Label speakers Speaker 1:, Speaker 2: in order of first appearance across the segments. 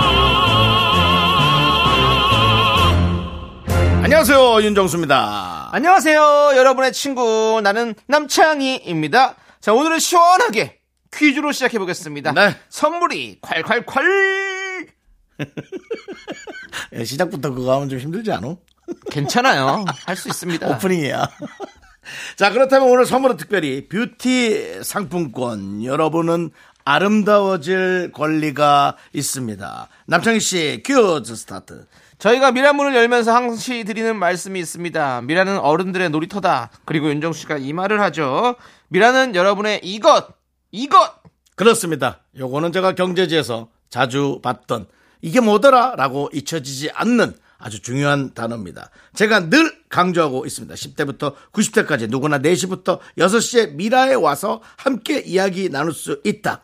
Speaker 1: 안녕하세요 윤정수입니다.
Speaker 2: 안녕하세요, 여러분의 친구. 나는 남창희입니다. 자, 오늘은 시원하게 퀴즈로 시작해 보겠습니다.
Speaker 1: 네.
Speaker 2: 선물이 콸콸콸!
Speaker 1: 예, 시작부터 그거 하면 좀 힘들지 않아?
Speaker 2: 괜찮아요. 할 수 있습니다.
Speaker 1: 오프닝이야. 자 그렇다면 오늘 선물은 특별히 뷰티 상품권 여러분은 아름다워질 권리가 있습니다. 남창희 씨 큐즈 스타트.
Speaker 2: 저희가 미라 문을 열면서 항시 드리는 말씀이 있습니다. 미라는 어른들의 놀이터다. 그리고 윤정수 씨가 이 말을 하죠. 미라는 여러분의 이것, 이것!
Speaker 1: 그렇습니다. 요거는 제가 경제지에서 자주 봤던 이게 뭐더라 라고 잊혀지지 않는 아주 중요한 단어입니다. 제가 늘 강조하고 있습니다. 10대부터 90대까지 누구나 4시부터 6시에 미라에 와서 함께 이야기 나눌 수 있다.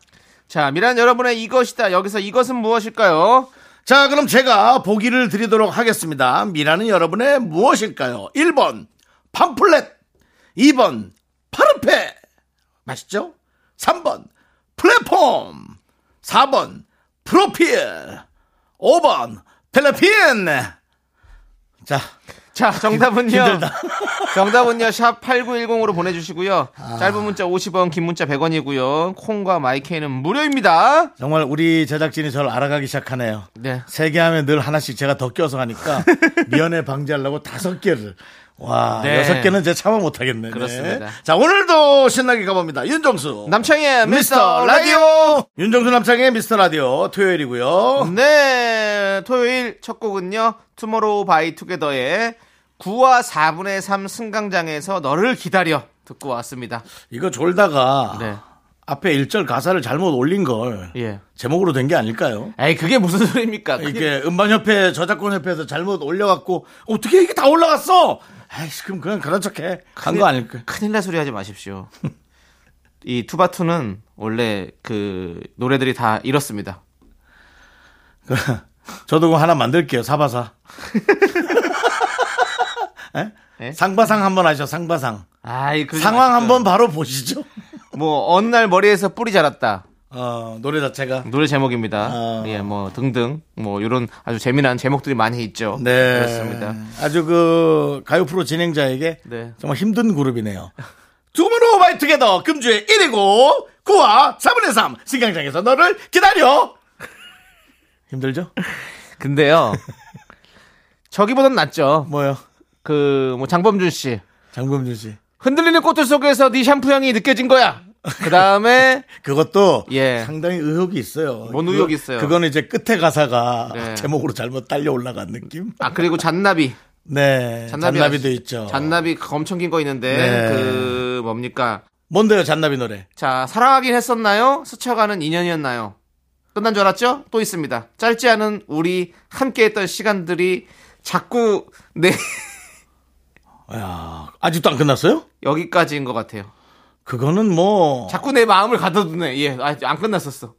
Speaker 2: 자, 미라는 여러분의 이것이다. 여기서 이것은 무엇일까요?
Speaker 1: 자, 그럼 제가 보기를 드리도록 하겠습니다. 미라는 여러분의 무엇일까요? 1번, 팜플렛. 2번, 파르페. 맛있죠? 3번, 플랫폼. 4번, 프로필. 5번, 텔레핀. 자,
Speaker 2: 자, 정답은요.
Speaker 1: 아, 힘들다.
Speaker 2: 정답은요. 샵 8910으로 보내 주시고요.
Speaker 1: 아.
Speaker 2: 짧은 문자 50원, 긴 문자 100원이고요. 콩과 마이케이는 무료입니다.
Speaker 1: 정말 우리 제작진이 저를 알아가기 시작하네요.
Speaker 2: 네.
Speaker 1: 세 개 하면 늘 하나씩 제가 더 껴서 하니까 미연에 방지하려고 다섯 개를. 와,
Speaker 2: 네.
Speaker 1: 여섯 개는 제가 참아 못하겠네. 네.
Speaker 2: 그렇습니다.
Speaker 1: 자, 오늘도 신나게 가봅니다. 윤정수.
Speaker 2: 남창희의
Speaker 1: 미스터 라디오. 윤정수 남창의 미스터 라디오
Speaker 2: 음.
Speaker 1: 토요일이고요.
Speaker 2: 네. 토요일 첫 곡은요. 투모로우 바이 투게더의 9와 4분의 3 승강장에서 너를 기다려 듣고 왔습니다.
Speaker 1: 이거 졸다가
Speaker 2: 네.
Speaker 1: 앞에 일절 가사를 잘못 올린 걸
Speaker 2: 예.
Speaker 1: 제목으로 된 게 아닐까요?
Speaker 2: 에이, 그게 무슨 소리입니까? 그게
Speaker 1: 이게 음반협회 저작권협회에서 잘못 올려갖고 어떻게 이게 다 올라갔어? 아이씨 그럼 그냥 그런 척해 간 거 아닐까?
Speaker 2: 큰일 날 소리 하지 마십시오. 이 투바투는 원래 그 노래들이 다 이렇습니다.
Speaker 1: 저도 그거 하나 만들게요. 사바사. 예?
Speaker 2: 예?
Speaker 1: 상바상 한번 하죠. 상바상.
Speaker 2: 아이 그
Speaker 1: 상황 한번 바로 보시죠.
Speaker 2: 뭐 어느 날 머리에서 뿔이 자랐다
Speaker 1: 어, 노래 자체가.
Speaker 2: 노래 제목입니다.
Speaker 1: 아.
Speaker 2: 예, 뭐 등등 뭐 이런 아주 재미난 제목들이 많이 있죠.
Speaker 1: 네.
Speaker 2: 그렇습니다.
Speaker 1: 아주 그 가요 프로 진행자에게
Speaker 2: 네.
Speaker 1: 정말 힘든 그룹이네요. 투모로우 바이 투게더 금주의 1위고 9와 3분의 3 승강장에서 너를 기다려. 힘들죠?
Speaker 2: 근데요, 저기보단 낫죠.
Speaker 1: 뭐요?
Speaker 2: 그 뭐 장범준 씨
Speaker 1: 장범준 씨.
Speaker 2: 흔들리는 꽃들 속에서 네 샴푸 향이 느껴진 거야. 그 다음에
Speaker 1: 그것도
Speaker 2: 예.
Speaker 1: 상당히 의혹이 있어요.
Speaker 2: 뭔
Speaker 1: 그거-
Speaker 2: 의혹이 있어요?
Speaker 1: 그거는 이제 끝에 가사가
Speaker 2: 네.
Speaker 1: 제목으로 잘못 딸려 올라간 느낌.
Speaker 2: 아 그리고 잔나비
Speaker 1: 네.
Speaker 2: 잔나비
Speaker 1: 잔나비 도
Speaker 2: 아시-
Speaker 1: 있죠.
Speaker 2: 잔나비 그 엄청 긴 거 있는데
Speaker 1: 네.
Speaker 2: 그 뭡니까
Speaker 1: 뭔데요, 잔나비 노래?
Speaker 2: 자, 사랑하긴 했었나요? 스쳐가는 인연이었나요? 끝난 줄 알았죠? 또 있습니다. 짧지 않은 우리 함께했던 시간들이 자꾸 내
Speaker 1: 야, 아직도 안 끝났어요?
Speaker 2: 여기까지인 것 같아요.
Speaker 1: 그거는 뭐
Speaker 2: 자꾸 내 마음을 가둬두네. 예, 아직 안 끝났었어.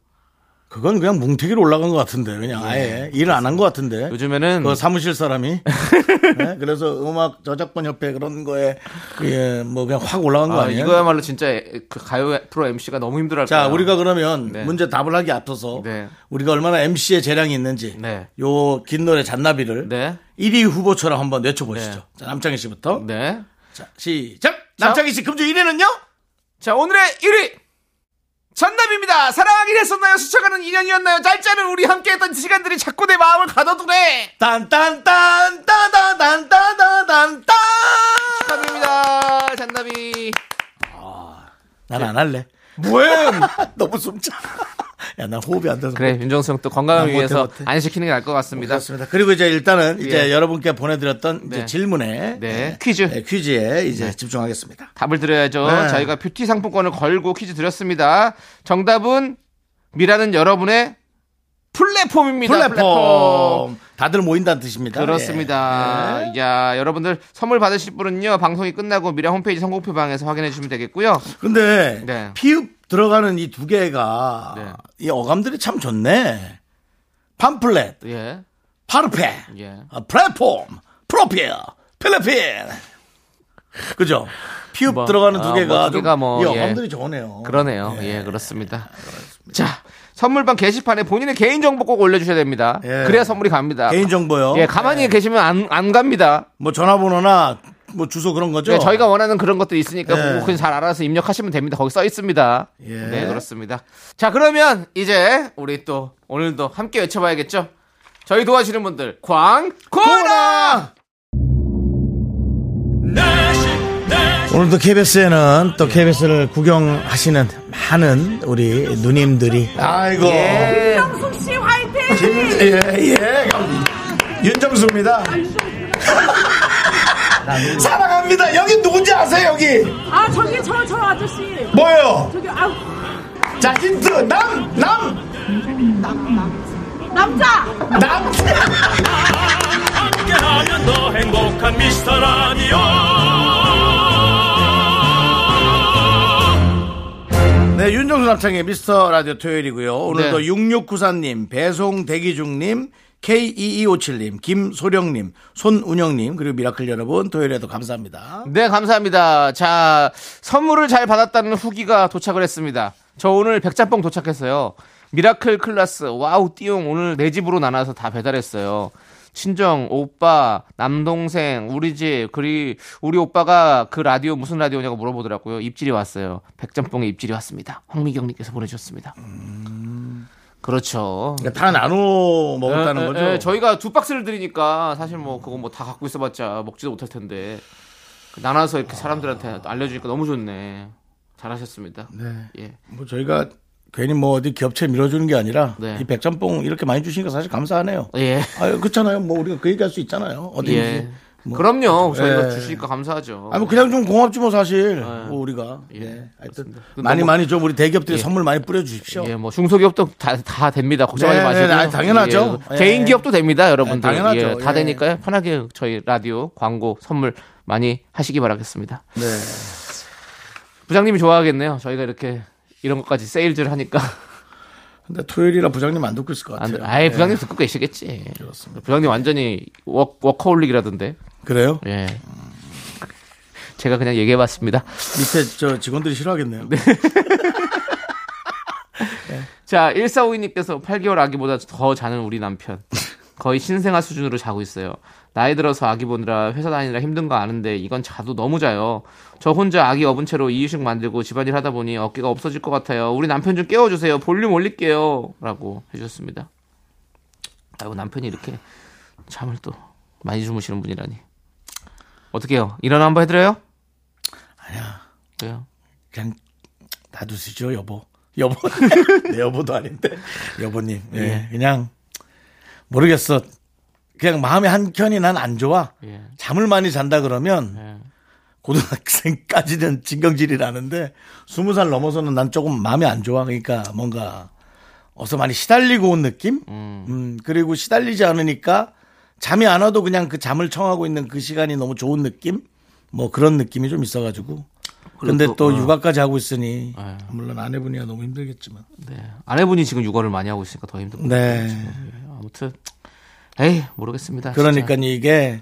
Speaker 1: 그건 그냥 뭉태기로 올라간 것 같은데 그냥 아예 일을 안 한 것 같은데
Speaker 2: 요즘에는
Speaker 1: 그 사무실 사람이 네? 그래서 음악 저작권 협회 그런 거에 예뭐 그냥 확 올라간 거
Speaker 2: 아,
Speaker 1: 아, 니에요
Speaker 2: 이거야말로 진짜 에- 그 가요 프로 MC가 너무 힘들할 거예요.
Speaker 1: 자 우리가 그러면
Speaker 2: 네.
Speaker 1: 문제 답을 하기 앞서서
Speaker 2: 네.
Speaker 1: 우리가 얼마나 MC의 재량이 있는지
Speaker 2: 네.
Speaker 1: 요 긴 노래 잔나비를
Speaker 2: 네.
Speaker 1: 1위 후보처럼 한번 외쳐보시죠.
Speaker 2: 네.
Speaker 1: 자, 남창희 씨부터
Speaker 2: 네.
Speaker 1: 자, 시작. 남창희 씨 금주 1위는요?
Speaker 2: 자, 오늘의 1위 전남입니다. 사랑하긴 했었나요? 스쳐가는 인연이었나요? 짧지 않은 우리 함께했던 시간들이 자꾸 내 마음을 가둬두네.
Speaker 1: 딴딴딴 따다단따다단딴.
Speaker 2: 축하드립니다, 잔나비.
Speaker 1: 난안 할래.
Speaker 2: 뭐해?
Speaker 1: 너무 숨차. 야, 난 호흡이 안 돼서.
Speaker 2: 그래 윤정수 형 또 건강을
Speaker 1: 아, 못해,
Speaker 2: 위해서
Speaker 1: 못해.
Speaker 2: 안 시키는 게 나을 것 같습니다.
Speaker 1: 그렇습니다. 그리고 이제 일단은 이제
Speaker 2: 예.
Speaker 1: 여러분께 보내드렸던 이제
Speaker 2: 네.
Speaker 1: 질문에
Speaker 2: 네,
Speaker 1: 예,
Speaker 2: 퀴즈. 네.
Speaker 1: 예, 퀴즈에 이제 집중하겠습니다.
Speaker 2: 답을 드려야죠.
Speaker 1: 네.
Speaker 2: 저희가 뷰티 상품권을 걸고 퀴즈 드렸습니다. 정답은 미라는 여러분의 플랫폼입니다. 네.
Speaker 1: 플랫폼.
Speaker 2: 플랫폼.
Speaker 1: 다들 모인다는 뜻입니다.
Speaker 2: 그렇습니다. 네.
Speaker 1: 예.
Speaker 2: 야, 여러분들 선물 받으실 분은요. 방송이 끝나고 미라 홈페이지 선곡표 방에서 확인해 주시면 되겠고요.
Speaker 1: 근데
Speaker 2: 네.
Speaker 1: 피읍 들어가는 이 두 개가 이 어감들이 참 좋네. 팜플렛,
Speaker 2: 예.
Speaker 1: 파르페,
Speaker 2: 예.
Speaker 1: 아, 플랫폼, 프로필, 필리핀. 그죠? 피읍
Speaker 2: 뭐,
Speaker 1: 들어가는 두
Speaker 2: 아,
Speaker 1: 개가,
Speaker 2: 뭐, 두 개가
Speaker 1: 좀
Speaker 2: 뭐,
Speaker 1: 이
Speaker 2: 예.
Speaker 1: 어감들이 아, 좋네요.
Speaker 2: 그러네요. 예, 그렇습니다. 자, 선물방 게시판에 본인의 개인정보 꼭 올려주셔야 됩니다.
Speaker 1: 예.
Speaker 2: 그래야 선물이 갑니다.
Speaker 1: 개인정보요.
Speaker 2: 예, 가만히 계시면 안, 안 갑니다.
Speaker 1: 뭐 전화번호나 뭐 주소 그런 거죠?
Speaker 2: 네, 저희가 원하는 그런 것들이 있으니까
Speaker 1: 예.
Speaker 2: 그냥 잘 알아서 입력하시면 됩니다. 거기 써 있습니다.
Speaker 1: 예.
Speaker 2: 네, 그렇습니다. 자, 그러면 이제 우리 또 오늘도 함께 외쳐봐야겠죠? 저희 도와주시는 분들 광고라
Speaker 3: 내식 내식
Speaker 1: 오늘도 KBS에는 또 KBS를 구경하시는 많은 우리 누님들이 아이고
Speaker 2: 예.
Speaker 4: 씨 화이팅!
Speaker 1: 예예 윤정수입니다 사랑합니다 여기 누군지 아세요 여기
Speaker 4: 아 저기 저 저 아저씨
Speaker 1: 뭐예요
Speaker 4: 저기 아
Speaker 1: 자 힌트 남남
Speaker 4: 남자
Speaker 1: 남.
Speaker 3: 함께하면 더 행복한 미스터 라디오
Speaker 1: 네, 윤정수 남창의 미스터 라디오 토요일이고요. 오늘도
Speaker 2: 네.
Speaker 1: 6694님, 배송 대기 중님, K2257님, 김소령님, 손운영님, 그리고 미라클 여러분, 토요일에도 감사합니다.
Speaker 2: 네, 감사합니다. 자, 선물을 잘 받았다는 후기가 도착을 했습니다. 저 오늘 백짬뽕 도착했어요. 미라클 클라스, 와우, 띠용 오늘 네 집으로 나눠서 다 배달했어요. 친정, 오빠, 남동생, 우리 집, 그리, 우리 오빠가 그 라디오 무슨 라디오냐고 물어보더라고요. 입질이 왔어요. 백짬뽕에 입질이 왔습니다. 황미경님께서 보내주셨습니다. 그렇죠.
Speaker 1: 그러니까 다 나눠 먹었다는
Speaker 2: 에, 에,
Speaker 1: 거죠.
Speaker 2: 에, 저희가 두 박스를 드리니까 사실 뭐 그거 뭐 다 갖고 있어봤자 먹지도 못할 텐데 그 나눠서 이렇게 사람들한테 알려주니까 너무 좋네. 잘하셨습니다.
Speaker 1: 네.
Speaker 2: 예.
Speaker 1: 뭐 저희가 괜히 뭐 어디 기업체 밀어주는 게 아니라
Speaker 2: 네.
Speaker 1: 이 백짬뽕 이렇게 많이 주시니까 사실 감사하네요.
Speaker 2: 예.
Speaker 1: 아, 그렇잖아요. 뭐 우리가 그 얘기할 수 있잖아요. 어디든지.
Speaker 2: 예.
Speaker 1: 뭐.
Speaker 2: 그럼요. 저희가
Speaker 1: 예.
Speaker 2: 주시니까 감사하죠.
Speaker 1: 아니 뭐 그냥 좀 고맙지 뭐 사실 뭐 우리가
Speaker 2: 예,
Speaker 1: 예, 하여튼
Speaker 2: 그렇습니다.
Speaker 1: 많이
Speaker 2: 너무-
Speaker 1: 많이 좀 우리 대기업들이
Speaker 2: 예.
Speaker 1: 선물 많이 뿌려주십시오.
Speaker 2: 예, 뭐 중소기업도 다, 다 됩니다. 걱정하지
Speaker 1: 네,
Speaker 2: 마시고.
Speaker 1: 네, 아니, 당연하죠. 예.
Speaker 2: 개인 기업도 됩니다, 여러분들.
Speaker 1: 네, 당연하죠.
Speaker 2: 예, 다
Speaker 1: 예.
Speaker 2: 되니까요. 편하게 저희 라디오 광고 선물 많이 하시기 바라겠습니다.
Speaker 1: 네.
Speaker 2: 부장님이 좋아하겠네요. 저희가 이렇게 이런 것까지 세일즈를 하니까.
Speaker 1: 근데 토요일이라 부장님 안 듣고 있을 것
Speaker 2: 안,
Speaker 1: 같아요.
Speaker 2: 아예
Speaker 1: 예.
Speaker 2: 부장님 듣고 계시겠지.
Speaker 1: 그렇습니다.
Speaker 2: 부장님 완전히 워, 워커홀릭이라던데.
Speaker 1: 그래요?
Speaker 2: 예. 제가 그냥 얘기해봤습니다.
Speaker 1: 밑에 저 직원들이 싫어하겠네요.
Speaker 2: 자, 1452님께서 8개월 아기보다 더 자는 우리 남편. 거의 신생아 수준으로 자고 있어요. 나이 들어서 아기 보느라 회사 다니느라 힘든 거 아는데 이건 자도 너무 자요. 저 혼자 아기 업은 채로 이유식 만들고 집안일 하다 보니 어깨가 없어질 것 같아요. 우리 남편 좀 깨워주세요. 볼륨 올릴게요. 라고 해주셨습니다. 아이고, 남편이 이렇게 잠을 또 많이 주무시는 분이라니. 어떻게요? 일어나 한번 해드려요?
Speaker 1: 아니야.
Speaker 2: 왜요?
Speaker 1: 그냥 놔두시죠, 여보. 여보. 내 여보도 아닌데. 여보님. 예. 그냥 모르겠어. 그냥 마음의 한 켠이 난 안 좋아.
Speaker 2: 예.
Speaker 1: 잠을 많이 잔다 그러면
Speaker 2: 예.
Speaker 1: 고등학생까지는 진경질이 나는데 스무 살 넘어서는 난 조금 마음이 안 좋아. 그러니까 뭔가 어서 많이 시달리고 온 느낌? 음, 그리고 시달리지 않으니까 잠이 안 와도 그냥 그 잠을 청하고 있는 그 시간이 너무 좋은 느낌? 뭐 그런 느낌이 좀 있어가지고. 근데
Speaker 2: 그리고
Speaker 1: 또,
Speaker 2: 또, 어.
Speaker 1: 육아까지 하고 있으니 물론 아내분이야 너무 힘들겠지만.
Speaker 2: 네. 아내분이 지금 육아를 많이 하고 있으니까 더 힘든 거
Speaker 1: 네.
Speaker 2: 아무튼 에이 모르겠습니다.
Speaker 1: 그러니까 이게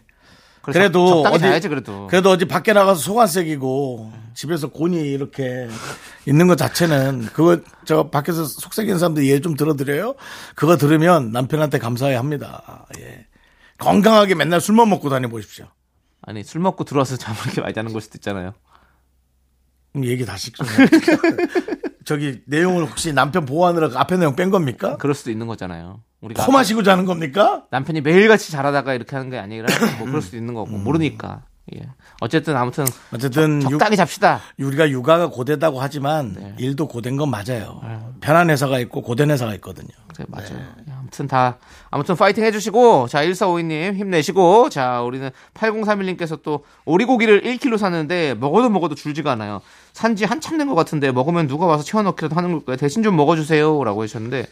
Speaker 2: 그래서
Speaker 1: 그래도
Speaker 2: 적당히
Speaker 1: 어디-
Speaker 2: 자야지 그래도.
Speaker 1: 그래도 어제 밖에 나가서 속안색이고 집에서 곤이 이렇게 있는 것 자체는 그거 저 밖에서 속색인 사람들 이해 좀 들어드려요. 그거 들으면 남편한테 감사해야 합니다. 예. 건강하게 맨날 술만 먹고 다녀 보십시오.
Speaker 2: 아니 술 먹고 들어와서 잠을 이렇게 많이 자는 걸 수도 있잖아요.
Speaker 1: 그럼 얘기 다시 좀 해요. 저기 내용을 혹시 남편 보호하느라 그 앞에 내용 뺀 겁니까?
Speaker 2: 그럴 수도 있는 거잖아요. 우리가
Speaker 1: 코 마시고 자는 겁니까?
Speaker 2: 남편이 매일같이 잘하다가 이렇게 하는 게 아니라 뭐 그럴 수도 있는 거고 모르니까. 예. 어쨌든 아무튼
Speaker 1: 어쨌든 음. 육-
Speaker 2: 적당히 네. 잡시다.
Speaker 1: 우리가 육아가 고되다고 하지만 일도 고된 건 맞아요.
Speaker 2: 네.
Speaker 1: 편한 회사가 있고 고된 회사가 있거든요. 네.
Speaker 2: 그래, 네, 맞아요. 아무튼 다 아무튼 파이팅 해주시고 자 1452님 힘내시고 자 우리는 8031님께서 또 오리고기를 1kg 샀는데 먹어도 먹어도 줄지가 않아요. 산지 한참 된 것 같은데 먹으면 누가 와서 채워넣기라도 하는 걸까요? 대신 좀 먹어주세요라고 해주셨는데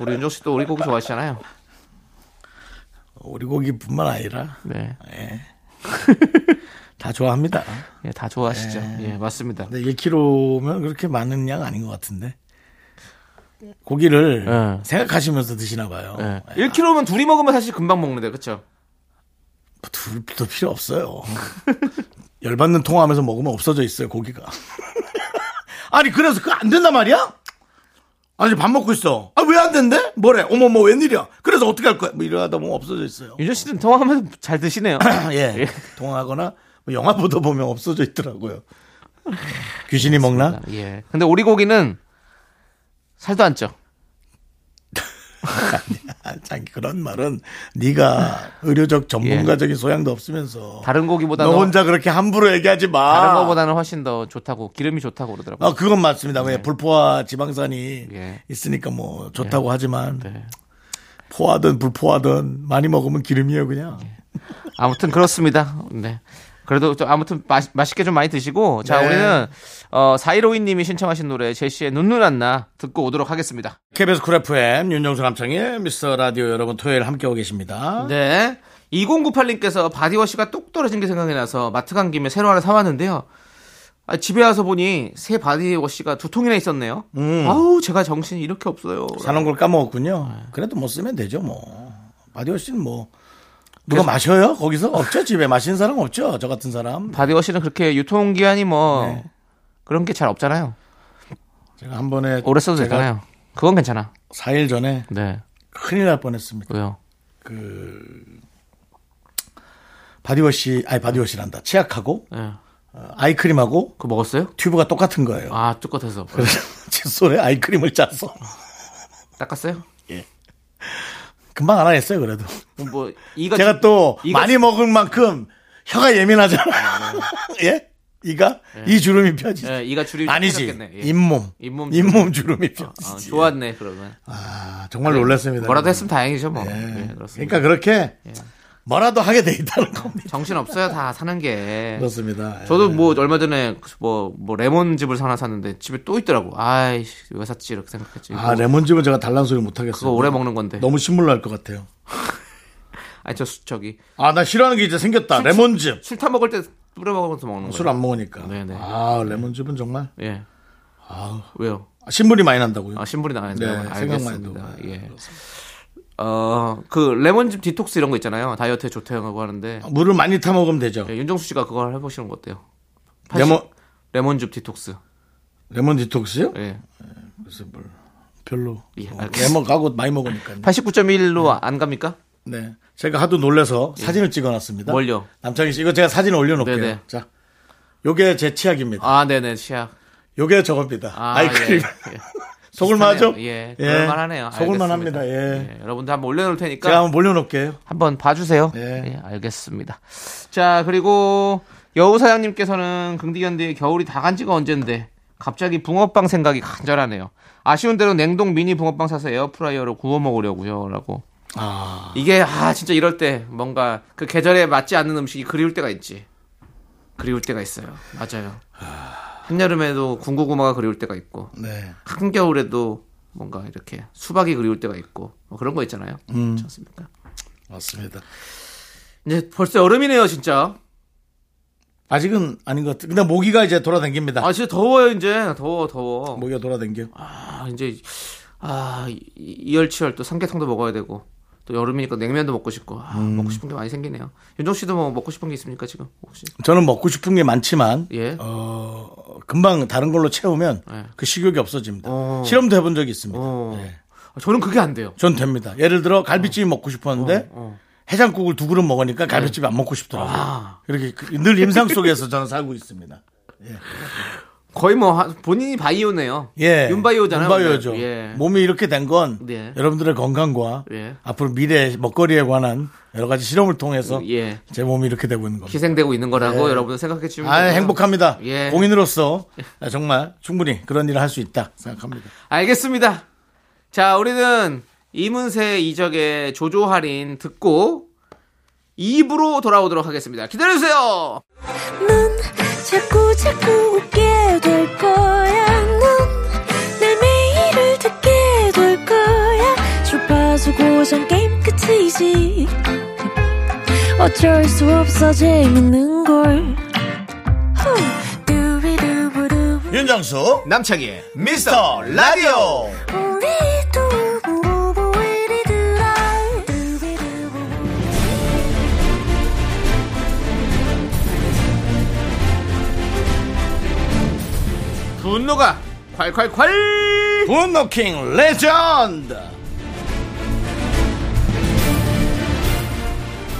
Speaker 2: 우리 윤정 씨도 오리고기 좋아하시잖아요.
Speaker 1: 오리고기뿐만 아니라
Speaker 2: 네.
Speaker 1: 다 좋아합니다.
Speaker 2: 예, 다 좋아하시죠.
Speaker 1: 네.
Speaker 2: 예, 맞습니다.
Speaker 1: 근데 1kg면 그렇게 많은 양 아닌 것 같은데 고기를
Speaker 2: 네.
Speaker 1: 생각하시면서 드시나 봐요. 아,
Speaker 2: 예. 1kg면 둘이 먹으면 사실 금방 먹는데, 그쵸?
Speaker 1: 아, 둘도 필요 없어요. 열받는 통화하면서 먹으면 없어져 있어요 고기가. 아니 그래서 그안 거 된단 말이야? 아니 밥 먹고 있어. 아 왜 안 된대? 뭐래? 어머 뭐 웬일이야? 그래서 어떻게 할 거야? 뭐 이러다 보면 없어져 있어요.
Speaker 2: 윤정 씨는 통화하면서 잘 드시네요.
Speaker 1: 예. 통화하거나 뭐 영화 보다 보면 없어져 있더라고요. 귀신이 먹나?
Speaker 2: 예. 근데 오리고기는 살도 안 쪄.
Speaker 1: 아, 참 그런 말은 네가 의료적 전문가적인 소양도 없으면서
Speaker 2: 예. 다른 고기보다
Speaker 1: 너 혼자 그렇게 함부로 얘기하지 마.
Speaker 2: 다른 거보다는 훨씬 더 좋다고 기름이 좋다고 그러더라고요.
Speaker 1: 아, 그건 맞습니다. 왜 불포화 지방산이
Speaker 2: 네. 예.
Speaker 1: 있으니까 뭐 좋다고 하지만
Speaker 2: 네.
Speaker 1: 포화든 불포화든 많이 먹으면 기름이에요 그냥.
Speaker 2: 예. 아무튼 그렇습니다. 네. 그래도 좀 아무튼 맛 맛있게 좀 많이 드시고 자
Speaker 1: 네.
Speaker 2: 우리는 어, 4152님이 신청하신 노래 제시의 눈누란나 듣고 오도록 하겠습니다.
Speaker 1: KBS 쿨 FM 윤정수 남창의 미스터 라디오 여러분 토요일 함께하고 계십니다.
Speaker 2: 네. 2098님께서 바디워시가 똑 떨어진 게 생각이 나서 마트 간 김에 새로 하나 사왔는데요. 아, 집에 와서 보니 새 바디워시가 두 통이나 있었네요. 아우 제가 정신이 이렇게 없어요.
Speaker 1: 사는 걸
Speaker 2: 네.
Speaker 1: 까먹었군요. 그래도 뭐 쓰면 되죠 뭐. 바디워시는 뭐 누가 마셔요? 거기서 없죠 집에 마시는 사람 없죠 저 같은 사람.
Speaker 2: 바디워시는 그렇게 유통기한이 뭐 그런 게 잘 없잖아요.
Speaker 1: 제가 한 번에
Speaker 2: 오래 써도
Speaker 1: 제가
Speaker 2: 되잖아요. 그건 괜찮아.
Speaker 1: 4일 전에
Speaker 2: 네.
Speaker 1: 큰일 날 뻔했습니다.
Speaker 2: 왜요?
Speaker 1: 바디워시 아니 바디워시란다 치약하고
Speaker 2: 예.
Speaker 1: 어, 아이크림하고
Speaker 2: 그거 먹었어요?
Speaker 1: 튜브가 똑같은 거예요.
Speaker 2: 아, 똑같아서.
Speaker 1: 칫솔에 아이크림을 짜서
Speaker 2: 닦았어요?
Speaker 1: 금방 알아냈어요 그래도
Speaker 2: 그럼 뭐, 이가.
Speaker 1: 제가 또
Speaker 2: 이거- 네,
Speaker 1: 많이 먹은 만큼 혀가 예민하잖아요 예 이가 이 주름이 펴지
Speaker 2: 예, 이가 네. 줄이.
Speaker 1: 아니지
Speaker 2: 생겼겠네. 예.
Speaker 1: 잇몸
Speaker 2: 잇몸
Speaker 1: 잇몸 주름이
Speaker 2: 아,
Speaker 1: 펴지
Speaker 2: 좋았네, 그러면.
Speaker 1: 아, 정말 놀랐습니다
Speaker 2: 뭐라도 했으면 다행이죠, 뭐. 예,
Speaker 1: 예.
Speaker 2: 그렇습니다. 예.
Speaker 1: 그러니까 그렇게 뭐라도 하게 돼 있다는 겁니다
Speaker 2: 정신 없어요, 다 사는 게.
Speaker 1: 그렇습니다
Speaker 2: 네. 저도
Speaker 1: 예.
Speaker 2: 뭐 얼마 전에 뭐, 뭐 레몬즙을 하나 샀는데 집에 또 있더라고. 아이씨, 왜 샀지? 이렇게 생각했지.
Speaker 1: 아
Speaker 2: 이거-
Speaker 1: 레몬즙은 제가 달란 소리 못 하겠어요
Speaker 2: 그거 오래 먹는 건데.
Speaker 1: 너무 신물 날 것 같아요
Speaker 2: 아니, 저 수- 저기.
Speaker 1: 아 나 싫어하는 게 이제 생겼다 레몬즙
Speaker 2: 술 타 먹을 때 뿌려 먹으면서 먹는 거.
Speaker 1: 술 안 먹으니까
Speaker 2: 네네.
Speaker 1: 아 레몬즙은 정말
Speaker 2: 예. 왜요?
Speaker 1: 신물이 많이 난다고요
Speaker 2: 아, 신분이 나가야
Speaker 1: 네,
Speaker 2: 돼요.
Speaker 1: 생각만 해도.
Speaker 2: 알겠습니다.
Speaker 1: 네,
Speaker 2: 예. 어, 그 레몬즙 디톡스 이런 거 있잖아요. 다이어트에 좋다고 하는데
Speaker 1: 물을 많이 타 먹으면 되죠.
Speaker 2: 예, 윤정수 씨가 그걸 해보시는 거 어때요?
Speaker 1: 레몬
Speaker 2: 레몬... 즙 디톡스.
Speaker 1: 레몬 디톡스요?
Speaker 2: 예.
Speaker 1: 그래서 뭘 별로
Speaker 2: 예,
Speaker 1: 어,
Speaker 2: 알겠습니다.
Speaker 1: 레몬 가고 많이 먹으니까.
Speaker 2: 89.1로 안 갑니까?
Speaker 1: 네, 제가 하도 놀래서 사진을 찍어놨습니다.
Speaker 2: 예. 뭘요?
Speaker 1: 남창희 씨, 이거 제가 사진 올려놓을게요.
Speaker 2: 네네.
Speaker 1: 자, 요게 제 치약입니다.
Speaker 2: 아, 네네, 치약.
Speaker 1: 요게 저겁니다.
Speaker 2: 아,
Speaker 1: 아, 이크림
Speaker 2: 예, 예.
Speaker 1: 속을만 하죠?
Speaker 2: 예, 그럴만하네요.
Speaker 1: 속을만
Speaker 2: 알겠습니다. 그러니까
Speaker 1: 합니다. 예.
Speaker 2: 여러분들 한번 올려놓을 테니까
Speaker 1: 제가 한번 올려놓을게요.
Speaker 2: 한번 봐주세요.
Speaker 1: 예.
Speaker 2: 예, 알겠습니다. 자, 그리고 여우 사장님께서는 긍디견디 겨울이 다 간 지가 언젠데 갑자기 붕어빵 생각이 간절하네요. 아쉬운 대로 냉동 미니 붕어빵 사서 에어프라이어로 구워 먹으려고요라고.
Speaker 1: 아,
Speaker 2: 이게 아 진짜 이럴 때 뭔가 그 계절에 맞지 않는 음식이 그리울 때가 있지. 그리울 때가 있어요. 맞아요. 한여름에도 군고구마가 그리울 때가 있고
Speaker 1: 네.
Speaker 2: 한겨울에도 뭔가 이렇게 수박이 그리울 때가 있고 뭐 그런 거 있잖아요. 그렇지 않습니까?
Speaker 1: 맞습니다.
Speaker 2: 이제 벌써 여름이네요, 진짜.
Speaker 1: 아직은 아닌 것 같아요. 근데 모기가 이제 돌아다닙니다.
Speaker 2: 아, 진짜 더워요, 이제. 더워, 더워.
Speaker 1: 모기가 돌아다녀.
Speaker 2: 아, 이제, 아, 이- 이열치열 또 삼계탕도 먹어야 되고, 또 여름이니까 냉면도 먹고 싶고, 아,
Speaker 1: 음.
Speaker 2: 먹고 싶은 게 많이 생기네요. 윤정 씨도 뭐 먹고 싶은 게 있습니까, 지금? 혹시?
Speaker 1: 저는 먹고 싶은 게 많지만
Speaker 2: 예.
Speaker 1: 어, 금방 다른 걸로 채우면
Speaker 2: 네.
Speaker 1: 그 식욕이 없어집니다.
Speaker 2: 어.
Speaker 1: 실험도 해본 적이 있습니다.
Speaker 2: 어.
Speaker 1: 네.
Speaker 2: 저는 그게 안 돼요.
Speaker 1: 전 됩니다. 예를 들어 갈비찜이 먹고 싶었는데
Speaker 2: 어. 예.
Speaker 1: 해장국을 두 그릇 먹으니까 갈비찜이 안 먹고 싶더라고요.
Speaker 2: 아.
Speaker 1: 이렇게 그- 늘 임상 속에서 저는 살고 있습니다.
Speaker 2: 거의 뭐, 하- 본인이 바이오네요.
Speaker 1: 예.
Speaker 2: 윤바이오잖아요.
Speaker 1: 윤바이오죠. 뭐.
Speaker 2: 예.
Speaker 1: 몸이 이렇게 된 건
Speaker 2: 네.
Speaker 1: 여러분들의 건강과
Speaker 2: 예.
Speaker 1: 앞으로 미래 먹거리에 관한 여러 가지 실험을 통해서
Speaker 2: 예.
Speaker 1: 제 몸이 이렇게 되고 있는 겁니다.
Speaker 2: 희생되고 있는 거라고 여러분 생각해 주면.
Speaker 1: 아, 행복합니다.
Speaker 2: 예.
Speaker 1: 공인으로서 정말 충분히 그런 일을 할 수 있다 생각합니다.
Speaker 2: 알겠습니다. 자, 우리는 이문세 이적의 조조할인 듣고 2부로 돌아오도록 하겠습니다. 기다려주세요!
Speaker 5: 넌 자꾸 자꾸 웃게 될 거야. 넌내 매일을 듣게 될 우정 게임 끝이지 어쩔 수 없어 재밌는 걸 후. 두비두부두.
Speaker 1: 윤정수 남창희의 미스터 라디오
Speaker 5: 우리 두부부부 우리 두라. 두비두부부.
Speaker 2: 분노가 콸콸콸!
Speaker 1: 분노킹 레전드